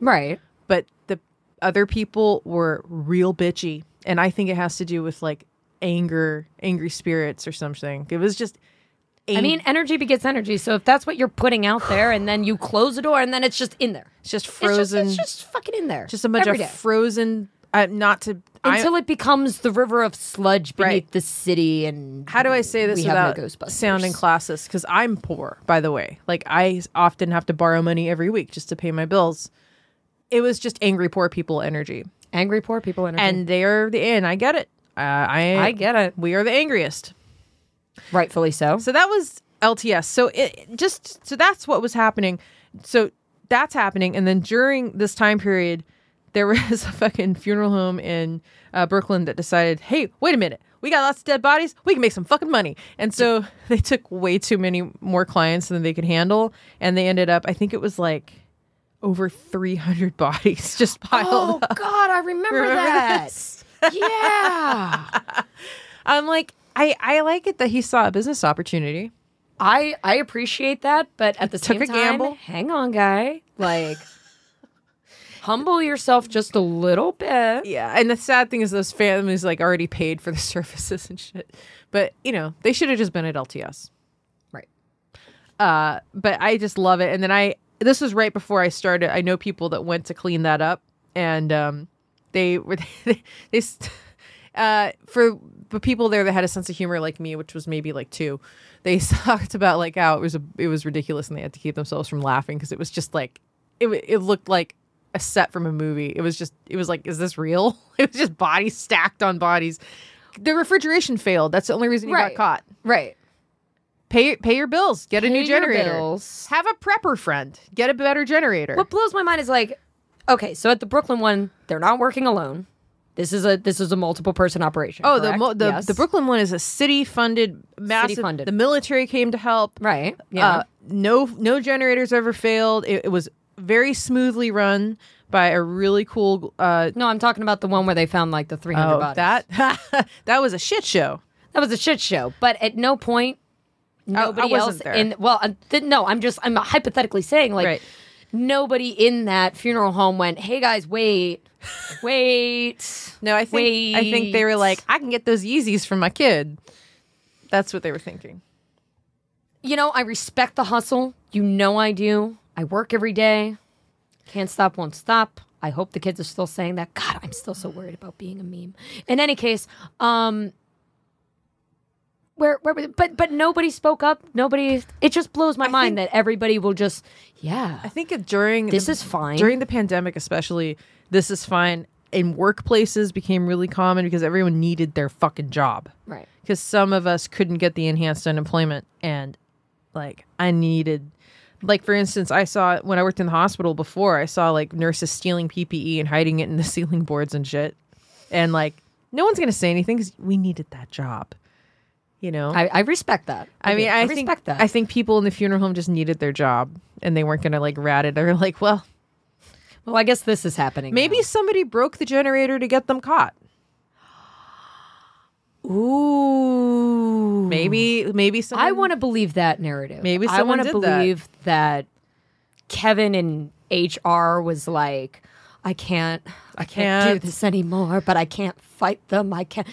B: right.
D: but the other people were real bitchy, and I think it has to do with like anger, angry spirits or something. It was just.
B: I
D: Mm.
B: mean, energy begets energy. So if that's what you're putting out there, and then you close the door, and then it's just in there,
D: it's just
B: It's just-
D: frozen,
B: It's
D: just,
B: just, fucking in there.
D: a bunch
B: every
D: of
B: day.
D: frozen. Uh, not to I-
B: until it becomes the river of sludge beneath
D: Right.
B: the city. And
D: How do I say this
B: we
D: without
B: have no Ghostbusters.
D: sounding classist? Because I'm poor, by the way. Like I s- often have to borrow money every week just to pay my bills. It was just angry poor people energy,
B: Angry poor people energy.
D: and they're the and I get it. Uh, I
B: I get it.
D: We are the angriest.
B: rightfully so.
D: So that was LTS. So it just so that's what was happening. So that's happening, and then during this time period, there [LAUGHS] was a fucking funeral home in uh, Brooklyn that decided, hey, wait a minute, we got lots of dead bodies, we can make some fucking money, and so [LAUGHS] they took way too many more clients than they could handle, and they ended up, I think it was like over three hundred [LAUGHS] bodies just piled.
B: Oh
D: [LAUGHS] up.
B: God, I remember,
D: Remember
B: that.
D: [LAUGHS] this?
B: yeah.
D: I'm like, I I like it that he saw a business opportunity.
B: I I appreciate that, but at the
D: Took
B: same
D: a
B: time,
D: gamble.
B: hang on, guy. Like, humble yourself just a little bit.
D: Yeah, and the sad thing is those families like already paid for the [LAUGHS] services and shit. But you know, they should have just been at LTS.
B: Right.
D: Uh, but I just love it. And then I this was right before I started. I [LAUGHS] know people that went to clean that up, and um, they were they, they, s- uh, for the people there that had a sense of humor like me, which was maybe like two, they [LAUGHS] talked about like how it was a, it was ridiculous and they had to keep themselves from laughing because it was just like it w- it looked like a set from a movie. It was just it was like is this real? [LAUGHS] It was just bodies stacked on bodies. The refrigeration failed. That's the only reason you
B: Right.
D: got caught.
B: Right.
D: Pay pay your bills. Get a
B: Pay
D: new
B: your
D: generator.
B: bills.
D: Have a prepper friend. Get a better generator.
B: What blows my mind is like, okay, so at the Brooklyn one, they're not working alone. This is a this is a multiple person operation.
D: Oh, the,
B: correct?
D: mo- the
B: Yes.
D: the Brooklyn one is a city funded massive.
B: funded.
D: The military came to help.
B: right? Yeah,
D: Uh, no no generators ever failed. It, it was very smoothly run by a really cool. Uh,
B: no, I'm talking about the one where they found like the 300
D: oh,
B: bodies.
D: that that [LAUGHS] was a shit show.
B: that was a shit show. But at no point, nobody
D: Oh, wasn't
B: else
D: there.
B: in well, uh, th- no, I'm just I'm hypothetically saying like
D: Right.
B: nobody in that funeral home went, hey guys, wait, wait.
D: No, I think I think they were
B: wait."
D: like, I can get those Yeezys for my kid. That's what they were thinking.
B: you know, I respect the hustle. You know I do. I work every day. Can't stop, won't stop. I hope the kids are still saying that. God, I'm still so worried about being a meme. In any case, um where where but but nobody spoke up. Nobody it just blows my mind that everybody will just yeah.
D: I think it- during
B: This is fine.
D: during the pandemic, especially this is fine. In workplaces became really common because everyone needed their fucking job.
B: Right.
D: because some of us couldn't get the enhanced unemployment and like i needed like for instance i saw when i worked in the hospital before i saw like nurses stealing ppe and hiding it in the [LAUGHS] ceiling boards and shit and like no one's gonna say anything because we needed that job you know
B: I, I respect that.
D: I mean,
B: do.
D: I,
B: respect
D: think
B: that.
D: I think people in the funeral home just needed their job, and they weren't gonna like rat it. They were like, "Well,
B: well, I guess this is happening.
D: maybe somebody broke the generator to get them caught.
B: now. Ooh.
D: Maybe, maybe someone
B: I want to believe that narrative.
D: Um, Maybe
B: I
D: someone
B: want to
D: did that.
B: believe that. Kevin in HR was like, I can't, I can't,
D: can't.
B: do this anymore. But I can't fight them. I can't.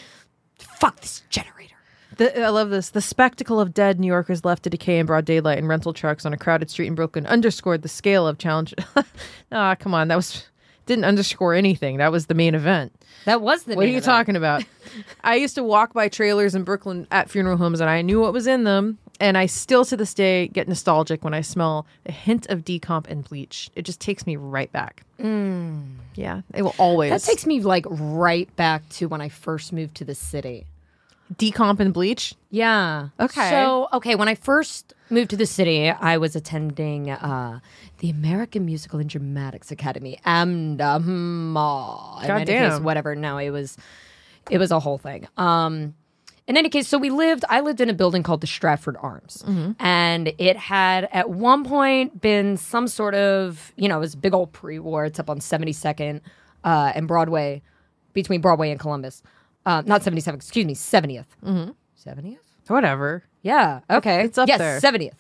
B: Fuck this generator.
D: The, I love this. The spectacle of dead New Yorkers left to decay in broad daylight in rental trucks on a crowded street in Brooklyn underscored the scale of challenge. [LAUGHS] ah, come on, that was didn't underscore anything. That was the main event.
B: That was the.
D: What are
B: name
D: you
B: of that.
D: talking about? [LAUGHS] I used to walk by trailers in Brooklyn at funeral homes, and I knew what was in them. And I still, to this day, get nostalgic when I smell a hint of decomp and bleach. It just takes me right back. Mm. Yeah, it will always.
B: That takes me like right back to when I first moved to the city.
D: decomp and bleach.
B: Yeah.
D: Okay.
B: So, okay, when I first moved to the city, I was attending uh, the American Musical and Dramatics Academy, AMDMA. In any case,
D: Goddamn.
B: whatever. No, it was it was a whole thing. Um in any case, so we lived I lived in a building called the Stratford Arms. And it had at one point been some sort of, you know, it was a big old pre-war. It's up on 72nd uh and Broadway between Broadway and Columbus. Uh, not 77, excuse me, 70th. 70th?
D: Whatever.
B: Yeah. Okay.
D: it's up
B: yes,
D: there.
B: 70th.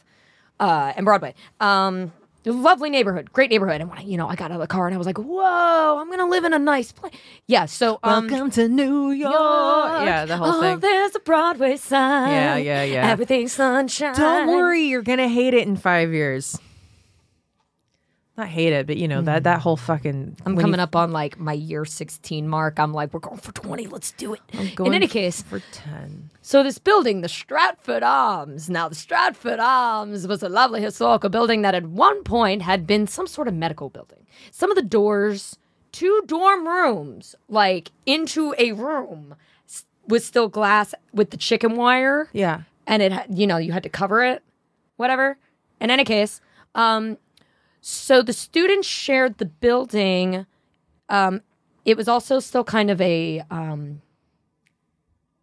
B: Uh, and Broadway. Um, lovely neighborhood, great neighborhood. And when I, you know, I got out of the car and I was like, "Whoa, I'm gonna live in a nice place." Yeah. So, um,
D: Welcome to New York. Yeah, the whole
B: oh,
D: thing.
B: there's a Broadway sign.
D: Yeah, yeah, yeah.
B: Everything's sunshine.
D: Don't worry, you're gonna hate it in five years. Not hate it, but you know that that whole fucking.
B: I'm coming up on like my year 16 mark. I'm like, we're going for 20. Let's do it. in any case,
D: for ten.
B: So this building, the Stratford Arms. Now the Stratford Arms was a lovely historical building that at one point had been some sort of medical building. Some of the doors to dorm rooms, like into a room, s- was still glass with the chicken wire
D: Yeah,
B: and it had- you know you had to cover it whatever in any case um so the students shared the building um it was also still kind of a um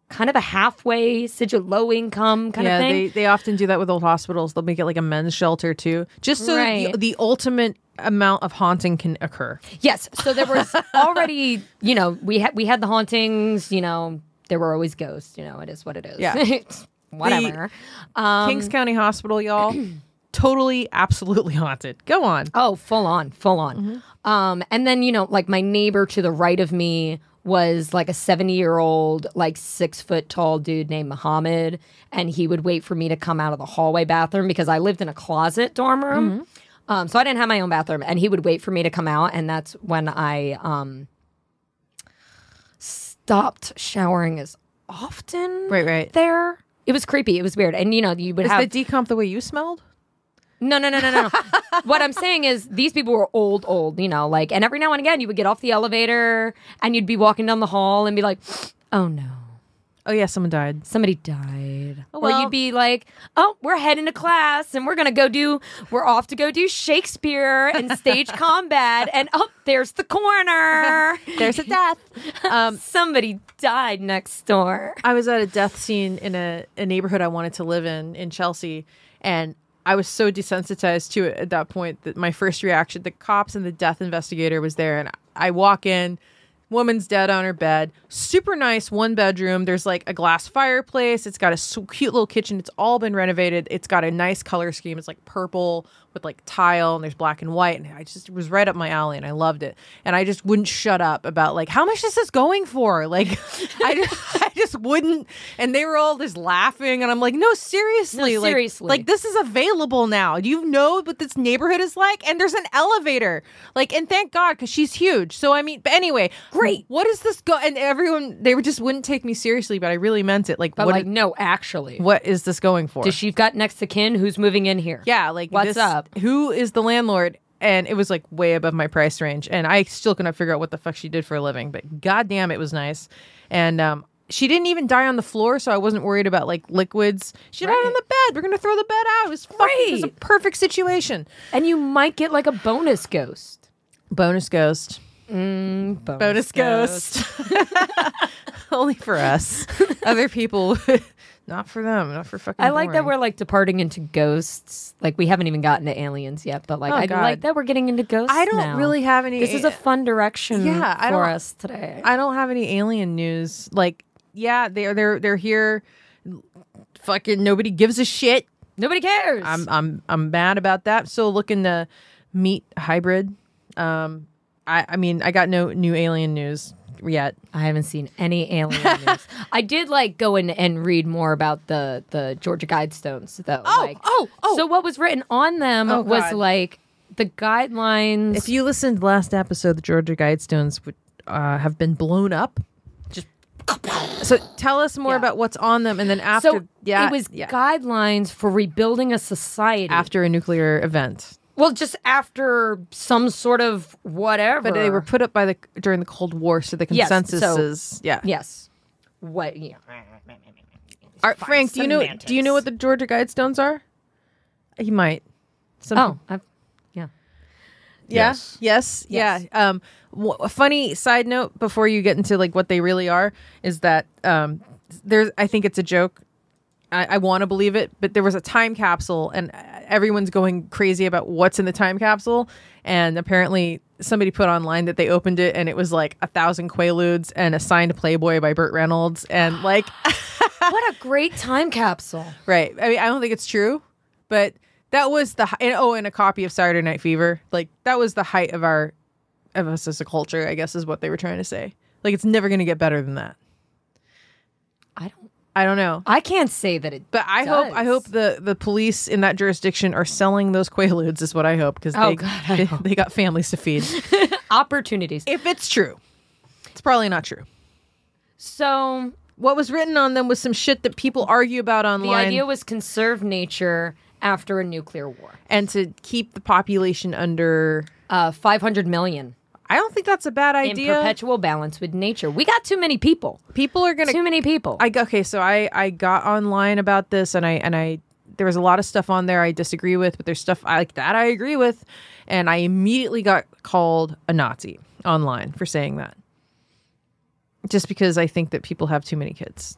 B: kind of a halfway situ low income kind
D: yeah.
B: of thing
D: They they often do that with old hospitals. They'll make it like a men's shelter too, just so that the,
B: Right.
D: the ultimate amount of haunting can occur.
B: Yes. So there
D: [LAUGHS]
B: was already, you know, we had we had the hauntings. You know, there were always ghosts. You know, it is what it is.
D: Yeah.
B: [LAUGHS] Whatever. um,
D: Kings County
B: [CLEARS THROAT]
D: Hospital, y'all, totally, absolutely haunted. Go on.
B: oh, full on, full on.
D: Mm-hmm.
B: Um, and then you know, like my neighbor to the right of me was like a 70 year old like six foot tall dude named muhammad and he would wait for me to come out of the hallway bathroom because i lived in a closet dorm room
D: Mm-hmm.
B: um, so i didn't have my own bathroom and he would wait for me to come out and that's when i um, stopped showering as often.
D: Right, right.
B: There. It was creepy. It was weird. And you know, you would
D: Is
B: have
D: the decomp the way you smelled?
B: No, no, no, no,
D: [LAUGHS]
B: no. no. what I'm saying is these people were old, old, you know, like, and every now and again you would get off the elevator and you'd be walking down the hall and be like, [GASPS] oh no,
D: Oh yeah, someone died.
B: somebody died. Or
D: well.
B: you'd be like, oh, we're heading to class and we're going to go do, we're off to go do Shakespeare
D: [LAUGHS]
B: and stage combat. And oh, there's the corner.
D: There's a death. [LAUGHS] Um,
B: somebody died next door.
D: I was at a death scene in a, a neighborhood I wanted to live in in Chelsea, and I was so desensitized to it at that point that my first reaction, the cops and the death investigator was there, and I walk in, woman's dead on her bed, super nice one bedroom. There's like a glass fireplace. It's got a s- cute little kitchen. It's all been renovated. It's got a nice color scheme. It's like purple with like tile, and there's black and white. And I just it was right up my alley, and I loved it. And I just wouldn't shut up about like how much is this going for? [LAUGHS] Like I just, [LAUGHS] I just wouldn't. And they were all just laughing, and I'm like, no, seriously, like-
B: seriously.
D: like this is available now. Do you know what this neighborhood is like? And there's an elevator. Like, and thank God, because she's huge. So I mean, but anyway,
B: Great.
D: What is this go? And everyone, they were just wouldn't take me seriously, but I really meant it. Like,
B: But
D: what,
B: like, no, actually.
D: what is this going for?
B: Does she got next to kin? Who's moving in here?
D: yeah, like
B: What's
D: this-
B: up?
D: Who is the landlord? And it was like way above my price range, and I still could not figure out what the fuck she did for a living. But goddamn, it was nice. And um, she didn't even die on the floor, so I wasn't worried about like liquids. She died on the bed. We're gonna throw the bed out. It was fucking. It was a
B: Great.
D: perfect situation.
B: And you might get like a bonus ghost.
D: Bonus ghost.
B: Bonus,
D: Mm, Bonus ghost. [LAUGHS] Only for [LAUGHS] us. Other people, not for them. Not for fucking.
B: I like that
D: boring.
B: we're like departing into ghosts. Like we haven't even gotten to aliens yet, but like
D: Oh,
B: I
D: God.
B: like that we're getting into ghosts.
D: I don't
B: now.
D: really have any-
B: This is a fun direction.
D: Yeah, I
B: for
D: don't-
B: us today.
D: I don't have any alien news. Like, yeah, they're they're they're here. Fucking nobody gives a shit.
B: Nobody cares.
D: I'm I'm I'm mad about that. Still looking to meet hybrid. Um, I I mean I got no new alien news yet.
B: I haven't seen [LAUGHS] any alien news. I did like go in and read more about the the Georgia Guidestones though. Oh, like,
D: oh, oh.
B: So what was written on them
D: Oh,
B: was
D: God.
B: like the guidelines.
D: If you listened last episode, the Georgia Guidestones would uh, have been blown up. Just so tell us more
B: Yeah.
D: about what's on them, and then after
B: so
D: yeah,
B: it was
D: yeah,
B: guidelines for rebuilding a society.
D: after a nuclear event.
B: well, just after some sort of whatever.
D: But they were put up by the during the Cold War, so the
B: Yes,
D: consensus
B: so-
D: is yeah.
B: Yes. What? Yeah.
D: All right, Frank, do you know do you know what the Georgia Guidestones are? He might. Some
B: Oh, I've, yeah.
D: Yeah.
E: Yes.
D: Yes. Yeah. Um, w- a funny side note before you get into like what they really are is that um, there's I think it's a joke. I, I want to believe it, but there was a time capsule, and uh, everyone's going crazy about what's in the time capsule. And apparently, somebody put online that they opened it, and it was like a thousand quaaludes and a signed Playboy by Burt Reynolds, and like,
B: [LAUGHS] What a great time capsule.
D: right? I mean, I don't think it's true, but that was the hi- and, oh, and a copy of Saturday Night Fever. Like that was the height of our of us as a culture, I guess is what they were trying to say. Like it's never going to get better than that.
B: I don't.
D: I don't know.
B: I can't say that it.
D: But I hope I
B: does.
D: hope the the police in that jurisdiction are selling those quaaludes is what I hope because
B: Oh,
D: they,
B: God, I
D: they,
B: hope.
D: they got families
B: [LAUGHS]
D: to feed.
B: opportunities.
D: if it's true. It's probably not true.
B: so
D: What was written on them was some shit that people argue about
B: the
D: online
B: idea was conserve nature after a nuclear war.
D: and to keep the population under
B: Uh, Five hundred million
D: I don't think that's a bad
B: in
D: idea.
B: perpetual balance with nature. We got too many people.
D: people are going to
B: Too many people.
D: I okay, so I I got online about this and I and I there was a lot of stuff on there I disagree with, but there's stuff I like that I agree with, and I immediately got called a Nazi online for saying that. Just because I think that people have too many kids.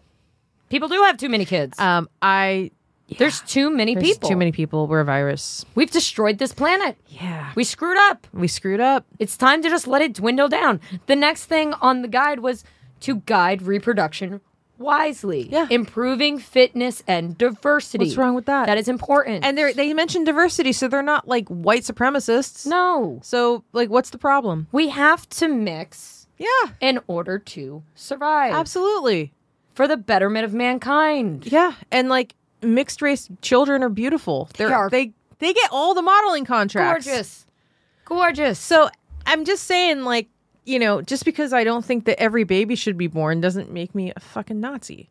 B: people do have too many kids.
D: Um, I
B: Uh, there's too many
D: there's
B: people.
D: too many people. We're a virus.
B: We've destroyed this planet.
D: Yeah, we
B: We screwed up.
D: we screwed up.
B: It's time to just let it dwindle down. The next thing on the guide was to guide reproduction wisely.
D: Yeah.
B: Improving fitness and diversity.
D: What's wrong with that?
B: That is important.
D: And they they mentioned diversity, so they're not like white supremacists.
B: no,
D: So like, what's the problem?
B: we have to mix
D: Yeah,
B: in order to survive
D: absolutely.
B: for the betterment of mankind.
D: Yeah, and like mixed race children are beautiful. They're,
B: They
D: they
B: are.
D: they get all the modeling contracts.
B: Gorgeous. Gorgeous.
D: So I'm just saying, like, you know, just because I don't think that every baby should be born doesn't make me a fucking Nazi.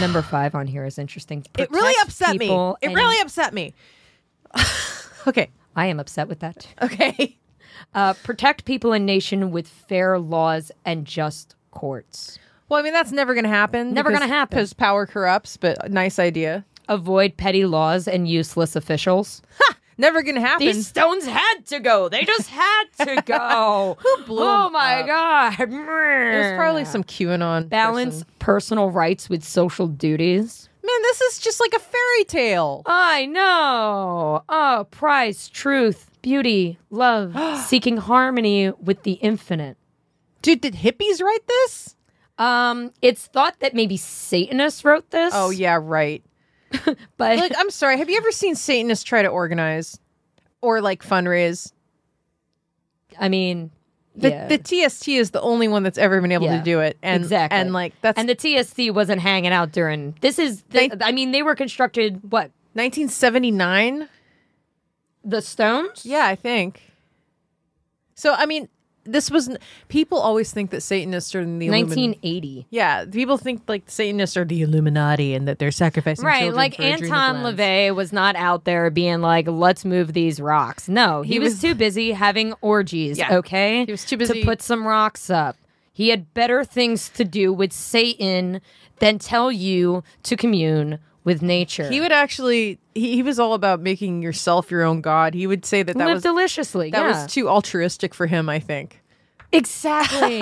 B: Number five on here is interesting.
D: it really
B: Protect
D: upset me.
B: people
D: It
B: and-
D: really upset me. [LAUGHS] okay.
B: I am upset with that.
D: Okay.
B: Uh, protect people and nation with fair laws and just courts.
D: Well, I mean, that's never going to happen.
B: Never
D: because-
B: gonna happen.
D: Because power corrupts, but a nice idea.
B: Avoid petty laws and useless officials.
D: Never going to
B: [LAUGHS]
D: happen.
B: These stones had to go. They just had
D: [LAUGHS]
B: to go. Who blew? Oh my god!
D: There's probably some QAnon.
B: balance
D: person.
B: personal rights with social duties.
D: Man, this is just like a fairy tale.
B: I know. Oh, prize, truth, beauty,
D: [GASPS]
B: love, seeking harmony with the infinite.
D: Dude, did hippies write this?
B: Um, it's thought that maybe Satanists wrote this.
D: Oh, yeah, right.
B: but
D: [LAUGHS] Like, I'm sorry. Have you ever seen Satanists try to organize or like fundraise?
B: I mean,
D: The,
B: yeah.
D: the TST is the only one that's ever been able
B: Yeah.
D: to do it. And,
B: exactly.
D: And like, that's
B: and the TSC wasn't hanging out during this. Is the, I mean, they were constructed what
D: 1979?
B: the stones?
D: Yeah, I think. So, I mean, this was n- people always think that Satanists are in the Illuminati.
B: 1980.
D: Yeah, people think like Satanists are the Illuminati and that they're sacrificing
B: Right,
D: children
B: like
D: for adrenal
B: Anton
D: glands.
B: LaVey was not out there being like, "Let's move these rocks." No, he,
D: He
B: was,
D: was-
B: too busy having orgies.
D: Yeah.
B: Okay,
D: He was too
B: to
D: busy-
B: put some rocks up. He had better things to do with Satan than tell you to commune with nature.
D: He would actually. He, he was all about making yourself your own god. He would say that that
B: live
D: was
B: deliciously.
D: that
B: yeah.
D: was too altruistic for him. I think. [LAUGHS]
B: Exactly.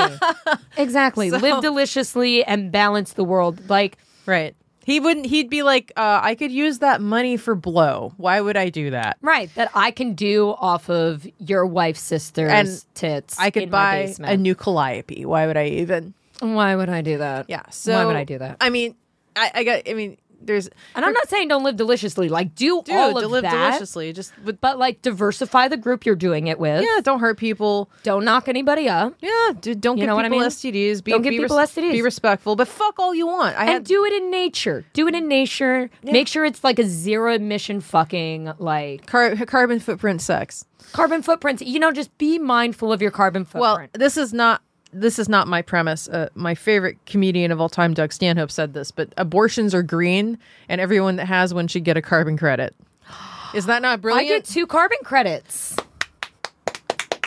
B: exactly. Live deliciously and balance the world. Like,
D: Right. He wouldn't. He'd be like, uh, I could use that money for blow. Why would I do that?
B: right, that I can do off of your wife's sister's
D: And
B: tits.
D: I
B: in my
D: could buy
B: basement.
D: a new calliope. Why would I even?
B: Why would I do that?
D: Yeah. So
B: why would I do that?
D: I mean, I, I got. I mean, there's
B: And I'm not saying don't live deliciously. Like, do
D: dude
B: all of
D: to live
B: that,
D: deliciously. Just with
B: but like diversify the group you're doing it with.
D: yeah, don't hurt people.
B: Don't knock anybody up,
D: Yeah, dude, don't
B: You
D: give
B: know what I
D: people
B: mean?
D: STDs. Be,
B: Don't give
D: be
B: people STDs.
D: Be respectful, but fuck all you want. I
B: and
D: had
B: do it in nature. Do it in nature. Make sure it's like a zero emission fucking like
D: car- carbon footprint sex.
B: carbon footprint. You know, just be mindful of your carbon
D: Well,
B: footprint.
D: this is not this is not my premise. Uh, my favorite comedian of all time, Doug Stanhope, said this. But abortions are green, and everyone that has one should get a carbon credit. Is that not
B: I get
D: brilliant?
B: two carbon credits.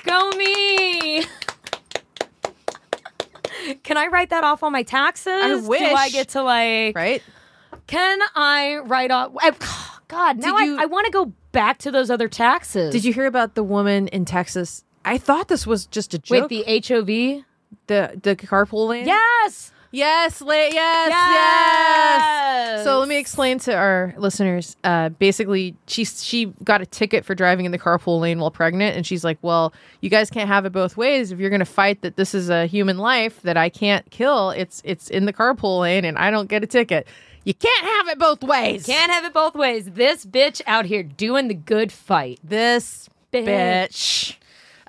B: Go me. Can I write that off on my taxes?
D: wish.
B: Do I get to like
D: right?
B: Can I write off? I, God, now
D: you-
B: I, I want to go back to those other taxes.
D: Did you hear about the woman in Texas? I thought this was just a
B: with
D: joke.
B: the HOV?
D: the the carpool lane.
B: Yes.
D: Yes, la- yes,
B: Yes!
D: yes. So let me explain to our listeners. Uh, basically, she she got a ticket for driving in the carpool lane while pregnant, and she's like, "Well, you guys can't have it both ways. If you're going to fight that this is a human life that I can't kill, it's it's in the carpool lane, and I don't get a ticket. You can't have it both ways.
B: Can't have it both ways. This bitch out here doing the good fight.
D: this
B: Bitch.
D: bitch?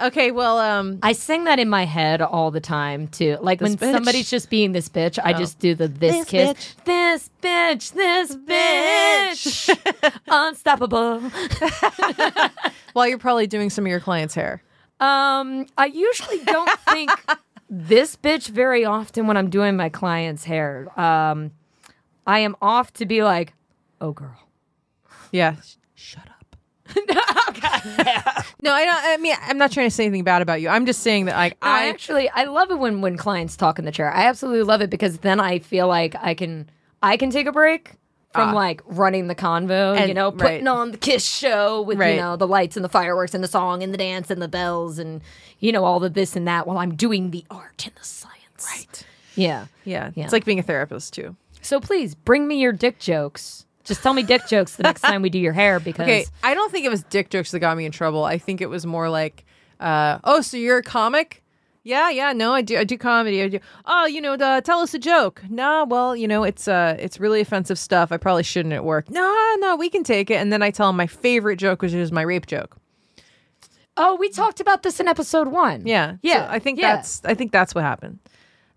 D: Okay, well, um,
B: I sing that in my head all the time too. Like when
D: bitch. Oh.
B: somebody's just being this bitch, I just do the this,
D: This
B: kiss.
D: bitch.
B: This bitch, this
D: [LAUGHS]
B: bitch. Unstoppable.
D: while you're probably doing some of your clients' hair.
B: Um, I usually don't think this bitch very often when I'm doing my client's hair. Um, I am off to be like, oh girl.
D: Yeah. Shut up. [LAUGHS] no, I don't. I mean, I'm not trying to say anything bad about you. I'm just saying that, like,
B: I
D: I,
B: actually I love it when when clients talk in the chair. I absolutely love it because then I feel like I can I can take a break from like running the convo, you
D: Ah. And-
B: know,
D: right.
B: putting on the kiss show with you
D: Right.
B: know the lights and the fireworks and the song and the dance and the bells and you know all the this and that while I'm doing the art and the science. Right. Yeah.
D: yeah,
B: Yeah.
D: it's like being a therapist too.
B: So please bring me your dick jokes. Just tell me dick jokes the next time we do your hair because
D: [LAUGHS] Okay, I don't think it was dick jokes that got me in trouble. I think it was more like, uh, oh, so you're a comic? Yeah, yeah, no, I do. I do comedy. I do. Oh, you know, the, tell us a joke. Nah, well, you know, it's uh, it's really offensive stuff. I probably shouldn't at work. Nah, no, we can take it. And then I tell him my favorite joke, which is my rape joke.
B: oh, we talked about this in episode one.
D: Yeah,
B: yeah.
D: So I think
B: yeah.
D: that's I think that's what happened.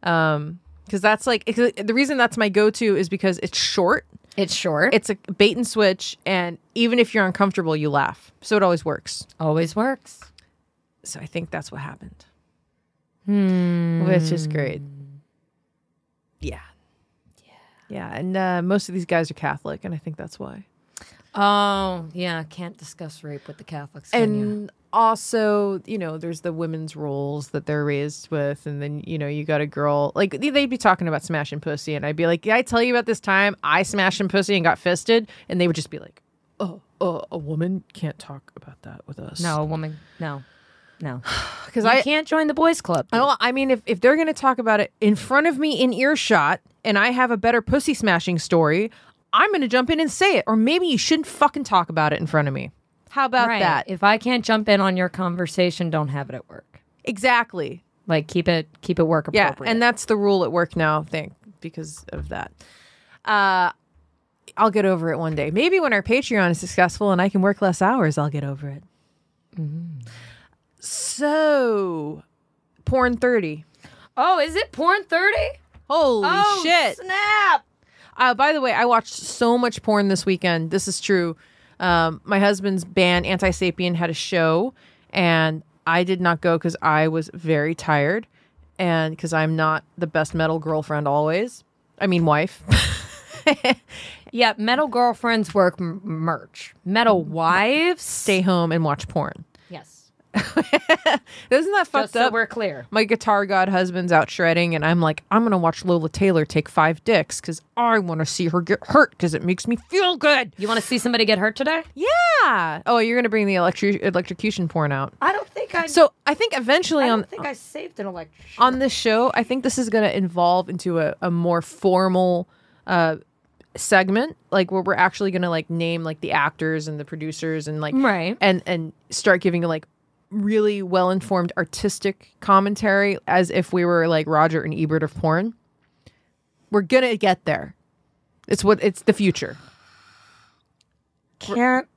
D: Um, because that's like 'cause the reason that's my go-to is because it's short.
B: it's short. It
D: It's a bait and switch, and even if you're uncomfortable, you laugh. So it always works.
B: always works.
D: So I think that's what happened. which is great. Yeah. Yeah, and uh, most of these guys are Catholic, and I think that's why.
B: Oh, yeah. Can't discuss rape with the Catholics. can you?
D: and also you know there's the women's roles that they're raised with and then you know you got a girl like they- they'd be talking about smashing pussy and i'd be like did i tell you about this time i smashed some pussy and got fisted and they would just be like oh uh, a woman can't talk about that with us
B: no, a woman. No, [SIGHS] no.
D: because
B: You
D: i
B: can't join the boys' club.
D: I don't- I mean, if, if they're going to talk about it in front of me in earshot and I have a better pussy smashing story, I'm going to jump in and say it. Or maybe you shouldn't fucking talk about it in front of me. How about
B: Right.
D: that?
B: If I can't jump in on your conversation, don't have it at work.
D: exactly.
B: Like keep it keep it work
D: Yeah,
B: appropriate.
D: and that's the rule at work now, I think, because of that. Uh, I'll get over it one day. Maybe when our Patreon is successful and I can work less hours, I'll get over it.
B: Mm.
D: So, porn 30.
B: oh, is it porn thirty?
D: Holy
B: Oh
D: shit.
B: Snap.
D: Uh, by the way, I watched so much porn this weekend. This is true. Um, my husband's band, Anti Sapien, had a show, and I did not go because I was very tired and because I'm not the best metal girlfriend always. I mean, wife. [LAUGHS]
B: Yeah, metal girlfriends work m- merch. Metal wives
D: Stay home and watch porn.
B: Mm. Yes.
D: Isn't that
B: Just
D: fucked
B: so
D: up?
B: we're clear.
D: my guitar god husband's out shredding, and I'm like, I'm going to watch Lola Taylor take five dicks because I want to see her get hurt because it makes me feel good.
B: You want to see somebody get hurt today?
D: Yeah. Oh, you're going to bring the electri- electrocution porn out.
B: I don't think I.
D: So I think eventually on
B: I saved an electric.
D: on this show, I think this is going to evolve into a, a more formal uh, segment, like where we're actually going to like name like the actors and the producers and like
B: Right.
D: and and start giving like really well informed artistic commentary as if we were like Roger and Ebert of porn. We're gonna get there. It's what it's the future.
B: Can't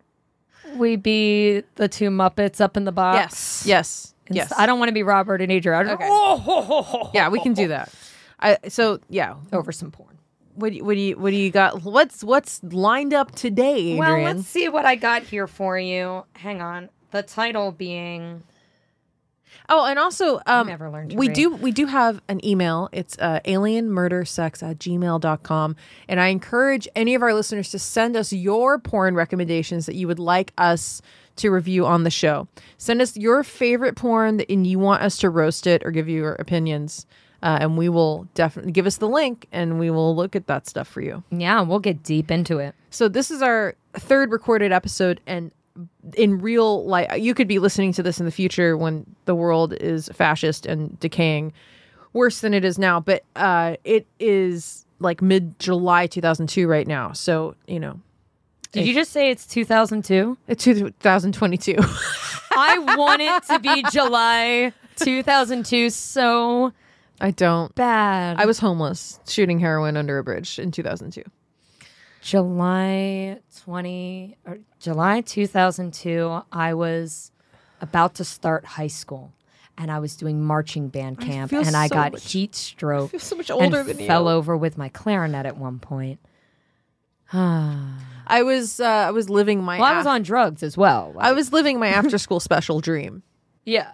B: we be the two Muppets up in the box?
D: Yes. Yes.
B: Yes. Uh, I don't want to be Robert and Adrian. I don't oh,
D: yeah, we can do that. I so yeah,
B: over some porn.
D: What do you, what do you what do you got? What's what's lined up today, Adrian?
B: Well, let's see what I got here for you. Hang on. The title being
D: oh, and also um
B: never learned to
D: we
B: read.
D: do we do have an email. It's uh alienmurdersex at gmail.com. And I encourage any of our listeners to send us your porn recommendations that you would like us to review on the show. Send us your favorite porn that, and you want us to roast it or give you your opinions. Uh, and we will definitely give us the link and we will look at that stuff for you.
B: Yeah, we'll get deep into it.
D: So this is our third recorded episode, and in real life, you could be listening to this in the future when the world is fascist and decaying worse than it is now. But uh, it is like mid July 2002 right now. So you know,
B: Did you just say it's 2002?
D: it's 2022.
B: I want it to [LAUGHS] be July 2002 so
D: [LAUGHS] I don't.
B: bad.
D: I was homeless shooting heroin under a bridge in 2002.
B: July 20 or July 2002, I was about to start high school and I was doing marching band camp
D: feel
B: and I
D: so
B: got
D: much-
B: heat stroke
D: so much older
B: and
D: than you.
B: fell over with my clarinet at one point.
D: I was uh, I was living my.
B: Well, I was
D: af-
B: on drugs as well.
D: I
B: like-
D: was living my after school [LAUGHS] special dream.
B: yeah.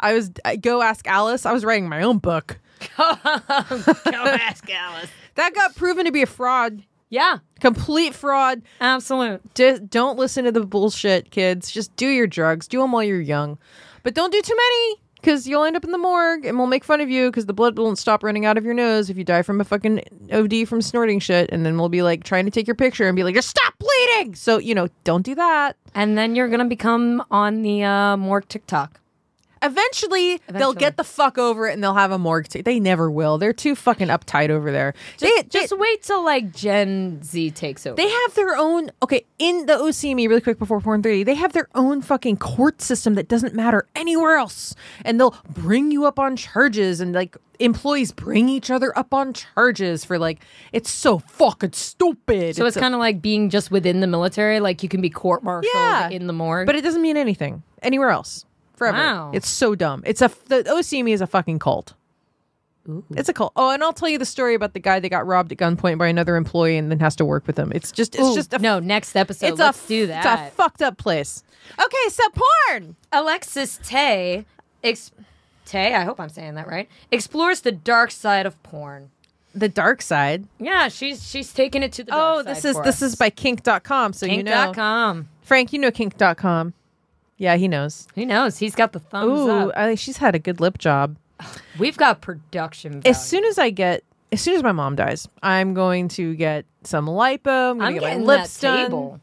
D: I was I- go ask Alice. I was writing my
B: [LAUGHS]
D: own book.
B: Go ask Alice.
D: That got proven to be a fraud.
B: Yeah,
D: Complete fraud.
B: absolute.
D: D- don't listen to the bullshit, kids. Just do your drugs. Do them while you're young. But don't do too many because you'll end up in the morgue and we'll make fun of you because the blood won't stop running out of your nose if you die from a fucking OD from snorting shit. And then we'll be like trying to take your picture and be like, just stop bleeding. So, you know, don't do that.
B: And then you're going to become on the uh, more TikTok.
D: Eventually, they'll
B: Eventually.
D: get the fuck over it and they'll have a morgue. T- they never will. They're too fucking uptight over there. they, they-
B: Just wait till like Gen Z takes over.
D: They have their own okay in the OCME E really quick before porn thirty. They have their own fucking court system that doesn't matter anywhere else, and they'll bring you up on charges, and like employees bring each other up on charges for like it's so fucking stupid.
B: So it's,
D: a-
B: kind of like being just within the military, like you can be court martialed
D: Yeah.
B: in the morgue.
D: but it doesn't mean anything anywhere else forever.
B: Wow.
D: It's so dumb. It's a the OCME E is a fucking cult. It's a cult. Oh, and I'll tell you the story about the guy that got robbed at gunpoint by another employee and then has to work with him. It's just it's
B: Ooh,
D: just a
B: no, next episode,
D: it's
B: let's
D: a,
B: do
D: f-
B: that.
D: It's a fucked up place. Okay, so porn.
B: Alexis Tay ex- Tay, I hope I'm saying that right, explores the dark side of porn.
D: The dark side.
B: Yeah, she's she's taking it to the dark
D: Oh,
B: side
D: this is
B: for
D: this
B: us.
D: is by kink.com, so you know.
B: Kink.com.
D: Frank, you know kink.com. Yeah, he knows.
B: Who knows? He's got the thumbs
D: Ooh,
B: up.
D: I think she's had a good lip job.
B: We've got production value.
D: As soon as I get as soon as my mom dies, I'm going to get some lipo. I'm gonna
B: I'm
D: get
B: getting
D: my lips
B: that
D: done.
B: table.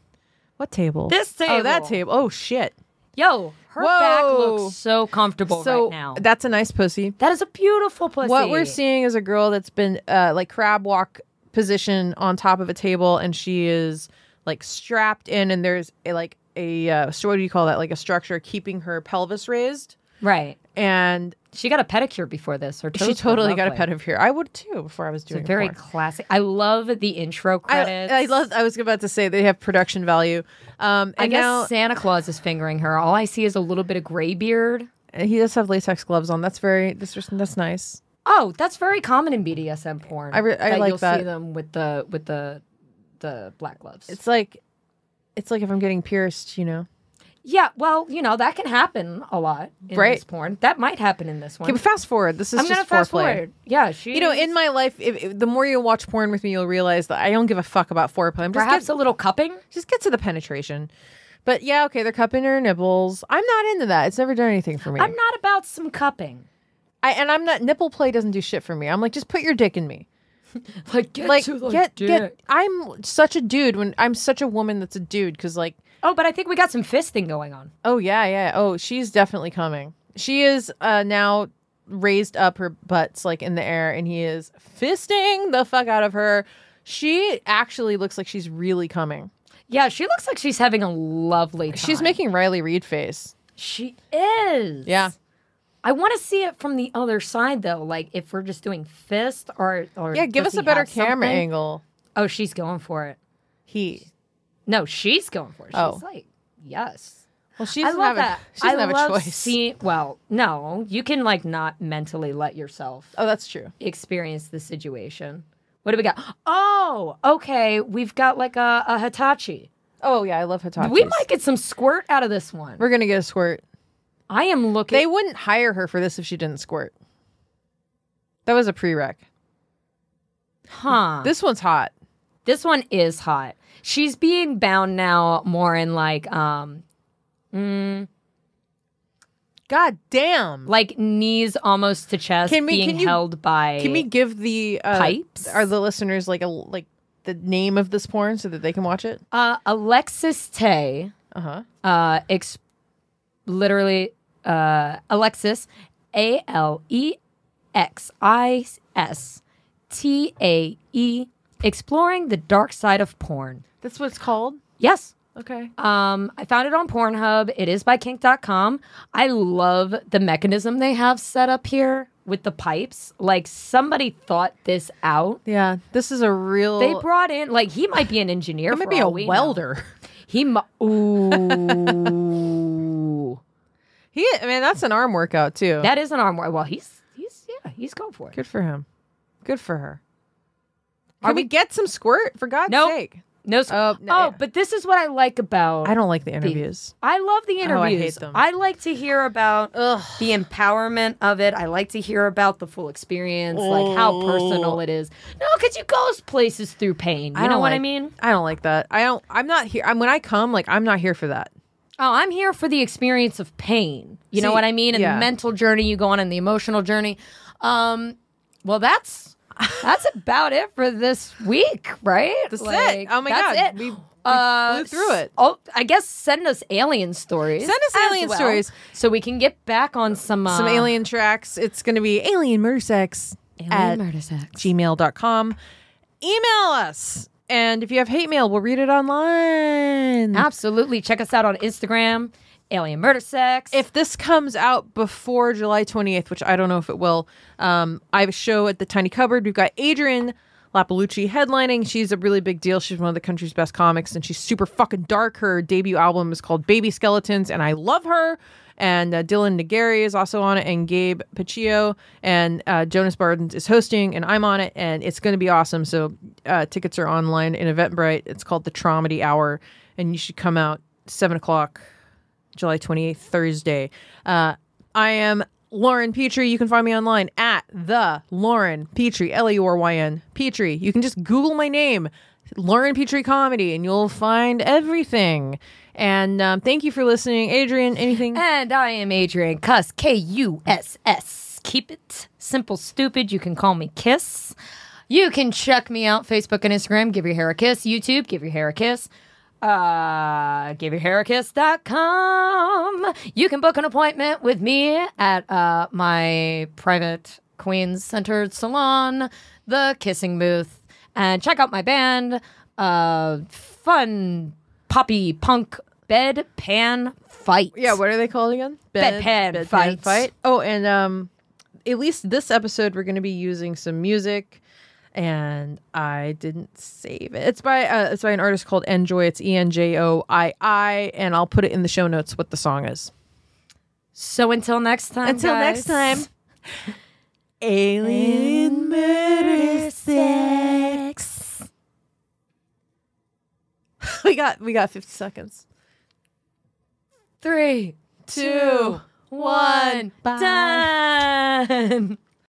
D: What table?
B: This
D: Oh, that
B: table.
D: table. Oh shit.
B: Yo, her back
D: Whoa.
B: looks so comfortable
D: so
B: right now.
D: that's a nice pussy.
B: that is a beautiful pussy.
D: What we're seeing is a girl that's been uh, like crab walk position on top of a table, and she is like strapped in, and there's a, like a uh, so what do you call that? Like a structure keeping her pelvis raised,
B: Right.
D: and
B: She got a pedicure before this. Her toes
D: she
B: were
D: totally got a
B: lovely.
D: pedicure. I would too before I was
B: It's
D: doing
B: a very
D: porn.
B: classic. I love the intro
D: I,
B: credits.
D: I love. I was about to say they have production value. Um, and
B: I guess
D: now
B: Santa Claus is fingering her. All I see is a little bit of gray beard.
D: he does have latex gloves on. That's very. That's just, that's nice.
B: Oh, that's very common in BDSM porn.
D: I re- I like
B: you'll see
D: that.
B: them with the with the the black gloves.
D: It's like, it's like if I'm getting pierced, you know.
B: yeah, well, you know that can happen a lot in
D: Right.
B: this porn. That might happen in this one.
D: Okay, but fast forward. This is
B: I'm
D: just
B: gonna fast
D: foreplay.
B: forward. Yeah, she.
D: You know, in my life, if, if- the more you watch porn with me, you'll realize that I don't give a fuck about foreplay. I'm just
B: perhaps
D: get,
B: a little cupping.
D: just get to the penetration. But yeah, okay, they're cupping her nipples. I'm not into that. It's never done anything for me.
B: I'm not about some cupping.
D: I, and I'm not nipple play doesn't do shit for me. I'm like, just put your dick in me.
B: Like get
D: [LAUGHS] Like,
B: to the
D: get
B: dick.
D: get. I'm such a dude when I'm such a woman that's a dude because like,
B: Oh, but I think we got some fisting going on.
D: oh yeah, yeah. Oh, she's definitely coming. She is uh now raised up her butts like in the air, and he is fisting the fuck out of her. She actually looks like she's really coming.
B: Yeah, she looks like she's having a lovely time.
D: She's making Riley Reed face.
B: She is.
D: Yeah.
B: I want to see it from the other side though. Like if we're just doing fist or, or
D: Yeah, give
B: does
D: us a
B: he
D: better
B: have
D: camera
B: something?
D: angle.
B: Oh, she's going for it.
D: He.
B: No, she's going for it. She's
D: Oh.
B: like, yes.
D: Well, she
B: I
D: doesn't
B: love that.
D: have a she doesn't
B: I
D: have
B: love
D: a choice.
B: see- well, no, you can like not mentally let yourself
D: oh, that's true.
B: experience the situation. What do we got? Oh, okay. We've got like a, a Hitachi.
D: Oh yeah, I love Hitachi.
B: We might get some squirt out of this one.
D: We're gonna get a squirt.
B: I am looking.
D: They wouldn't hire her for this if she didn't squirt. That was a prereq.
B: huh.
D: This one's hot.
B: this one is hot. She's being bound now more in like um
D: God damn.
B: like knees almost to chest
D: Can we-
B: being
D: can you-
B: held by
D: Can we give the uh,
B: Pipes?
D: Are the listeners like a like the name of this porn so that they can watch it?
B: uh Alexis Tay
D: Uh huh.
B: uh ex- literally uh Alexis A L E X I S T A E exploring the dark side of porn.
D: That's what it's called.
B: Yes.
D: Okay.
B: Um, I found it on Pornhub. It is by kink.com. I love the mechanism they have set up here with the pipes. Like somebody thought this out.
D: Yeah. This is a real.
B: They brought in like he might be an engineer.
D: it might
B: for
D: be a
B: all we know.
D: welder. [LAUGHS]
B: He mu- ooh.
D: He. I mean, that's an arm workout too.
B: that is an arm. war- Well, he's he's yeah he's going for it.
D: Good for him. Good for her.
B: Are
D: Can we,
B: we-
D: get some squirt for God's
B: Nope.
D: sake?
B: No. s-
D: Oh, no,
B: oh,
D: yeah.
B: but this is what I like about.
D: I don't like the interviews.
B: I love the
D: Oh, I hate
B: interviews.
D: them.
B: I like to hear about the empowerment of it. I like to hear about the full experience, like how personal it is. No, because you goes places through pain. You
D: Oh. I
B: know
D: don't
B: what I
D: like-
B: mean?
D: I don't like that. I don't. I'm not here. I'm when I come. Like I'm not here for that.
B: Oh, I'm here for the experience of pain. You know
D: See,
B: what I mean? And
D: yeah.
B: the mental journey you go on and the emotional journey. Um, well, that's that's about it for this week, right? That's
D: it. Oh my
B: that's
D: God.
B: It.
D: We- we
B: uh,
D: flew through it.
B: Oh, I guess send us alien stories.
D: Send us
B: as
D: alien
B: well,
D: stories.
B: so we can get back on some uh,
D: Some alien tracks. It's going to be alien murder sex
B: alien
D: at
B: murder sex.
D: gmail.com. Email us, and if you have hate mail, we'll read it online.
B: Absolutely. Check us out on Instagram, Alien Murder Sex.
D: if this comes out before July 28th, which I don't know if it will, um, I have a show at the Tiny Cupboard. We've got Adrian Lapalucci headlining. She's a really big deal. She's one of the country's best comics, and she's super fucking dark. Her debut album is called Baby Skeletons, and I love her. And uh, Dylan Nagari is also on it, and Gabe Paccio and uh, Jonas Bardens is hosting, and I'm on it, and it's going to be awesome. So uh, tickets are online in Eventbrite. It's called the Tromedy Hour, and you should come out seven o'clock July 28th, Thursday. Uh, I am Lauren Petrie. You can find me online at the Lauren Petrie, L E U R Y N Petrie. You can just Google my name, Lauren Petrie Comedy, and you'll find everything. And um, thank you for listening, Adrian. Anything?
B: And I am Adrian Cuss, K U S S. Keep it simple, stupid. You can call me Kiss. You can check me out Facebook and Instagram. Give your hair a kiss. YouTube. Give your hair a kiss. Uh, giveyourhairakiss.com. You can book an appointment with me at uh, my private Queens centered salon, The Kissing Booth, and check out my band, uh, Fun Poppy Punk Bed Pan Fight.
D: Yeah, what are they called again?
B: Bedpan fights.
D: fight. Oh, and um, at least this episode we're going to be using some music, and I didn't save it. It's by uh, it's by an artist called Enjoy. It's E N J O I I, and I'll put it in the show notes what the song is.
B: So until next time.
D: Until next
B: guys.
D: time. [LAUGHS] Alien murder sex. [LAUGHS] we got we got fifty seconds.
B: Three, two, one,
D: Bye.
B: done. [LAUGHS]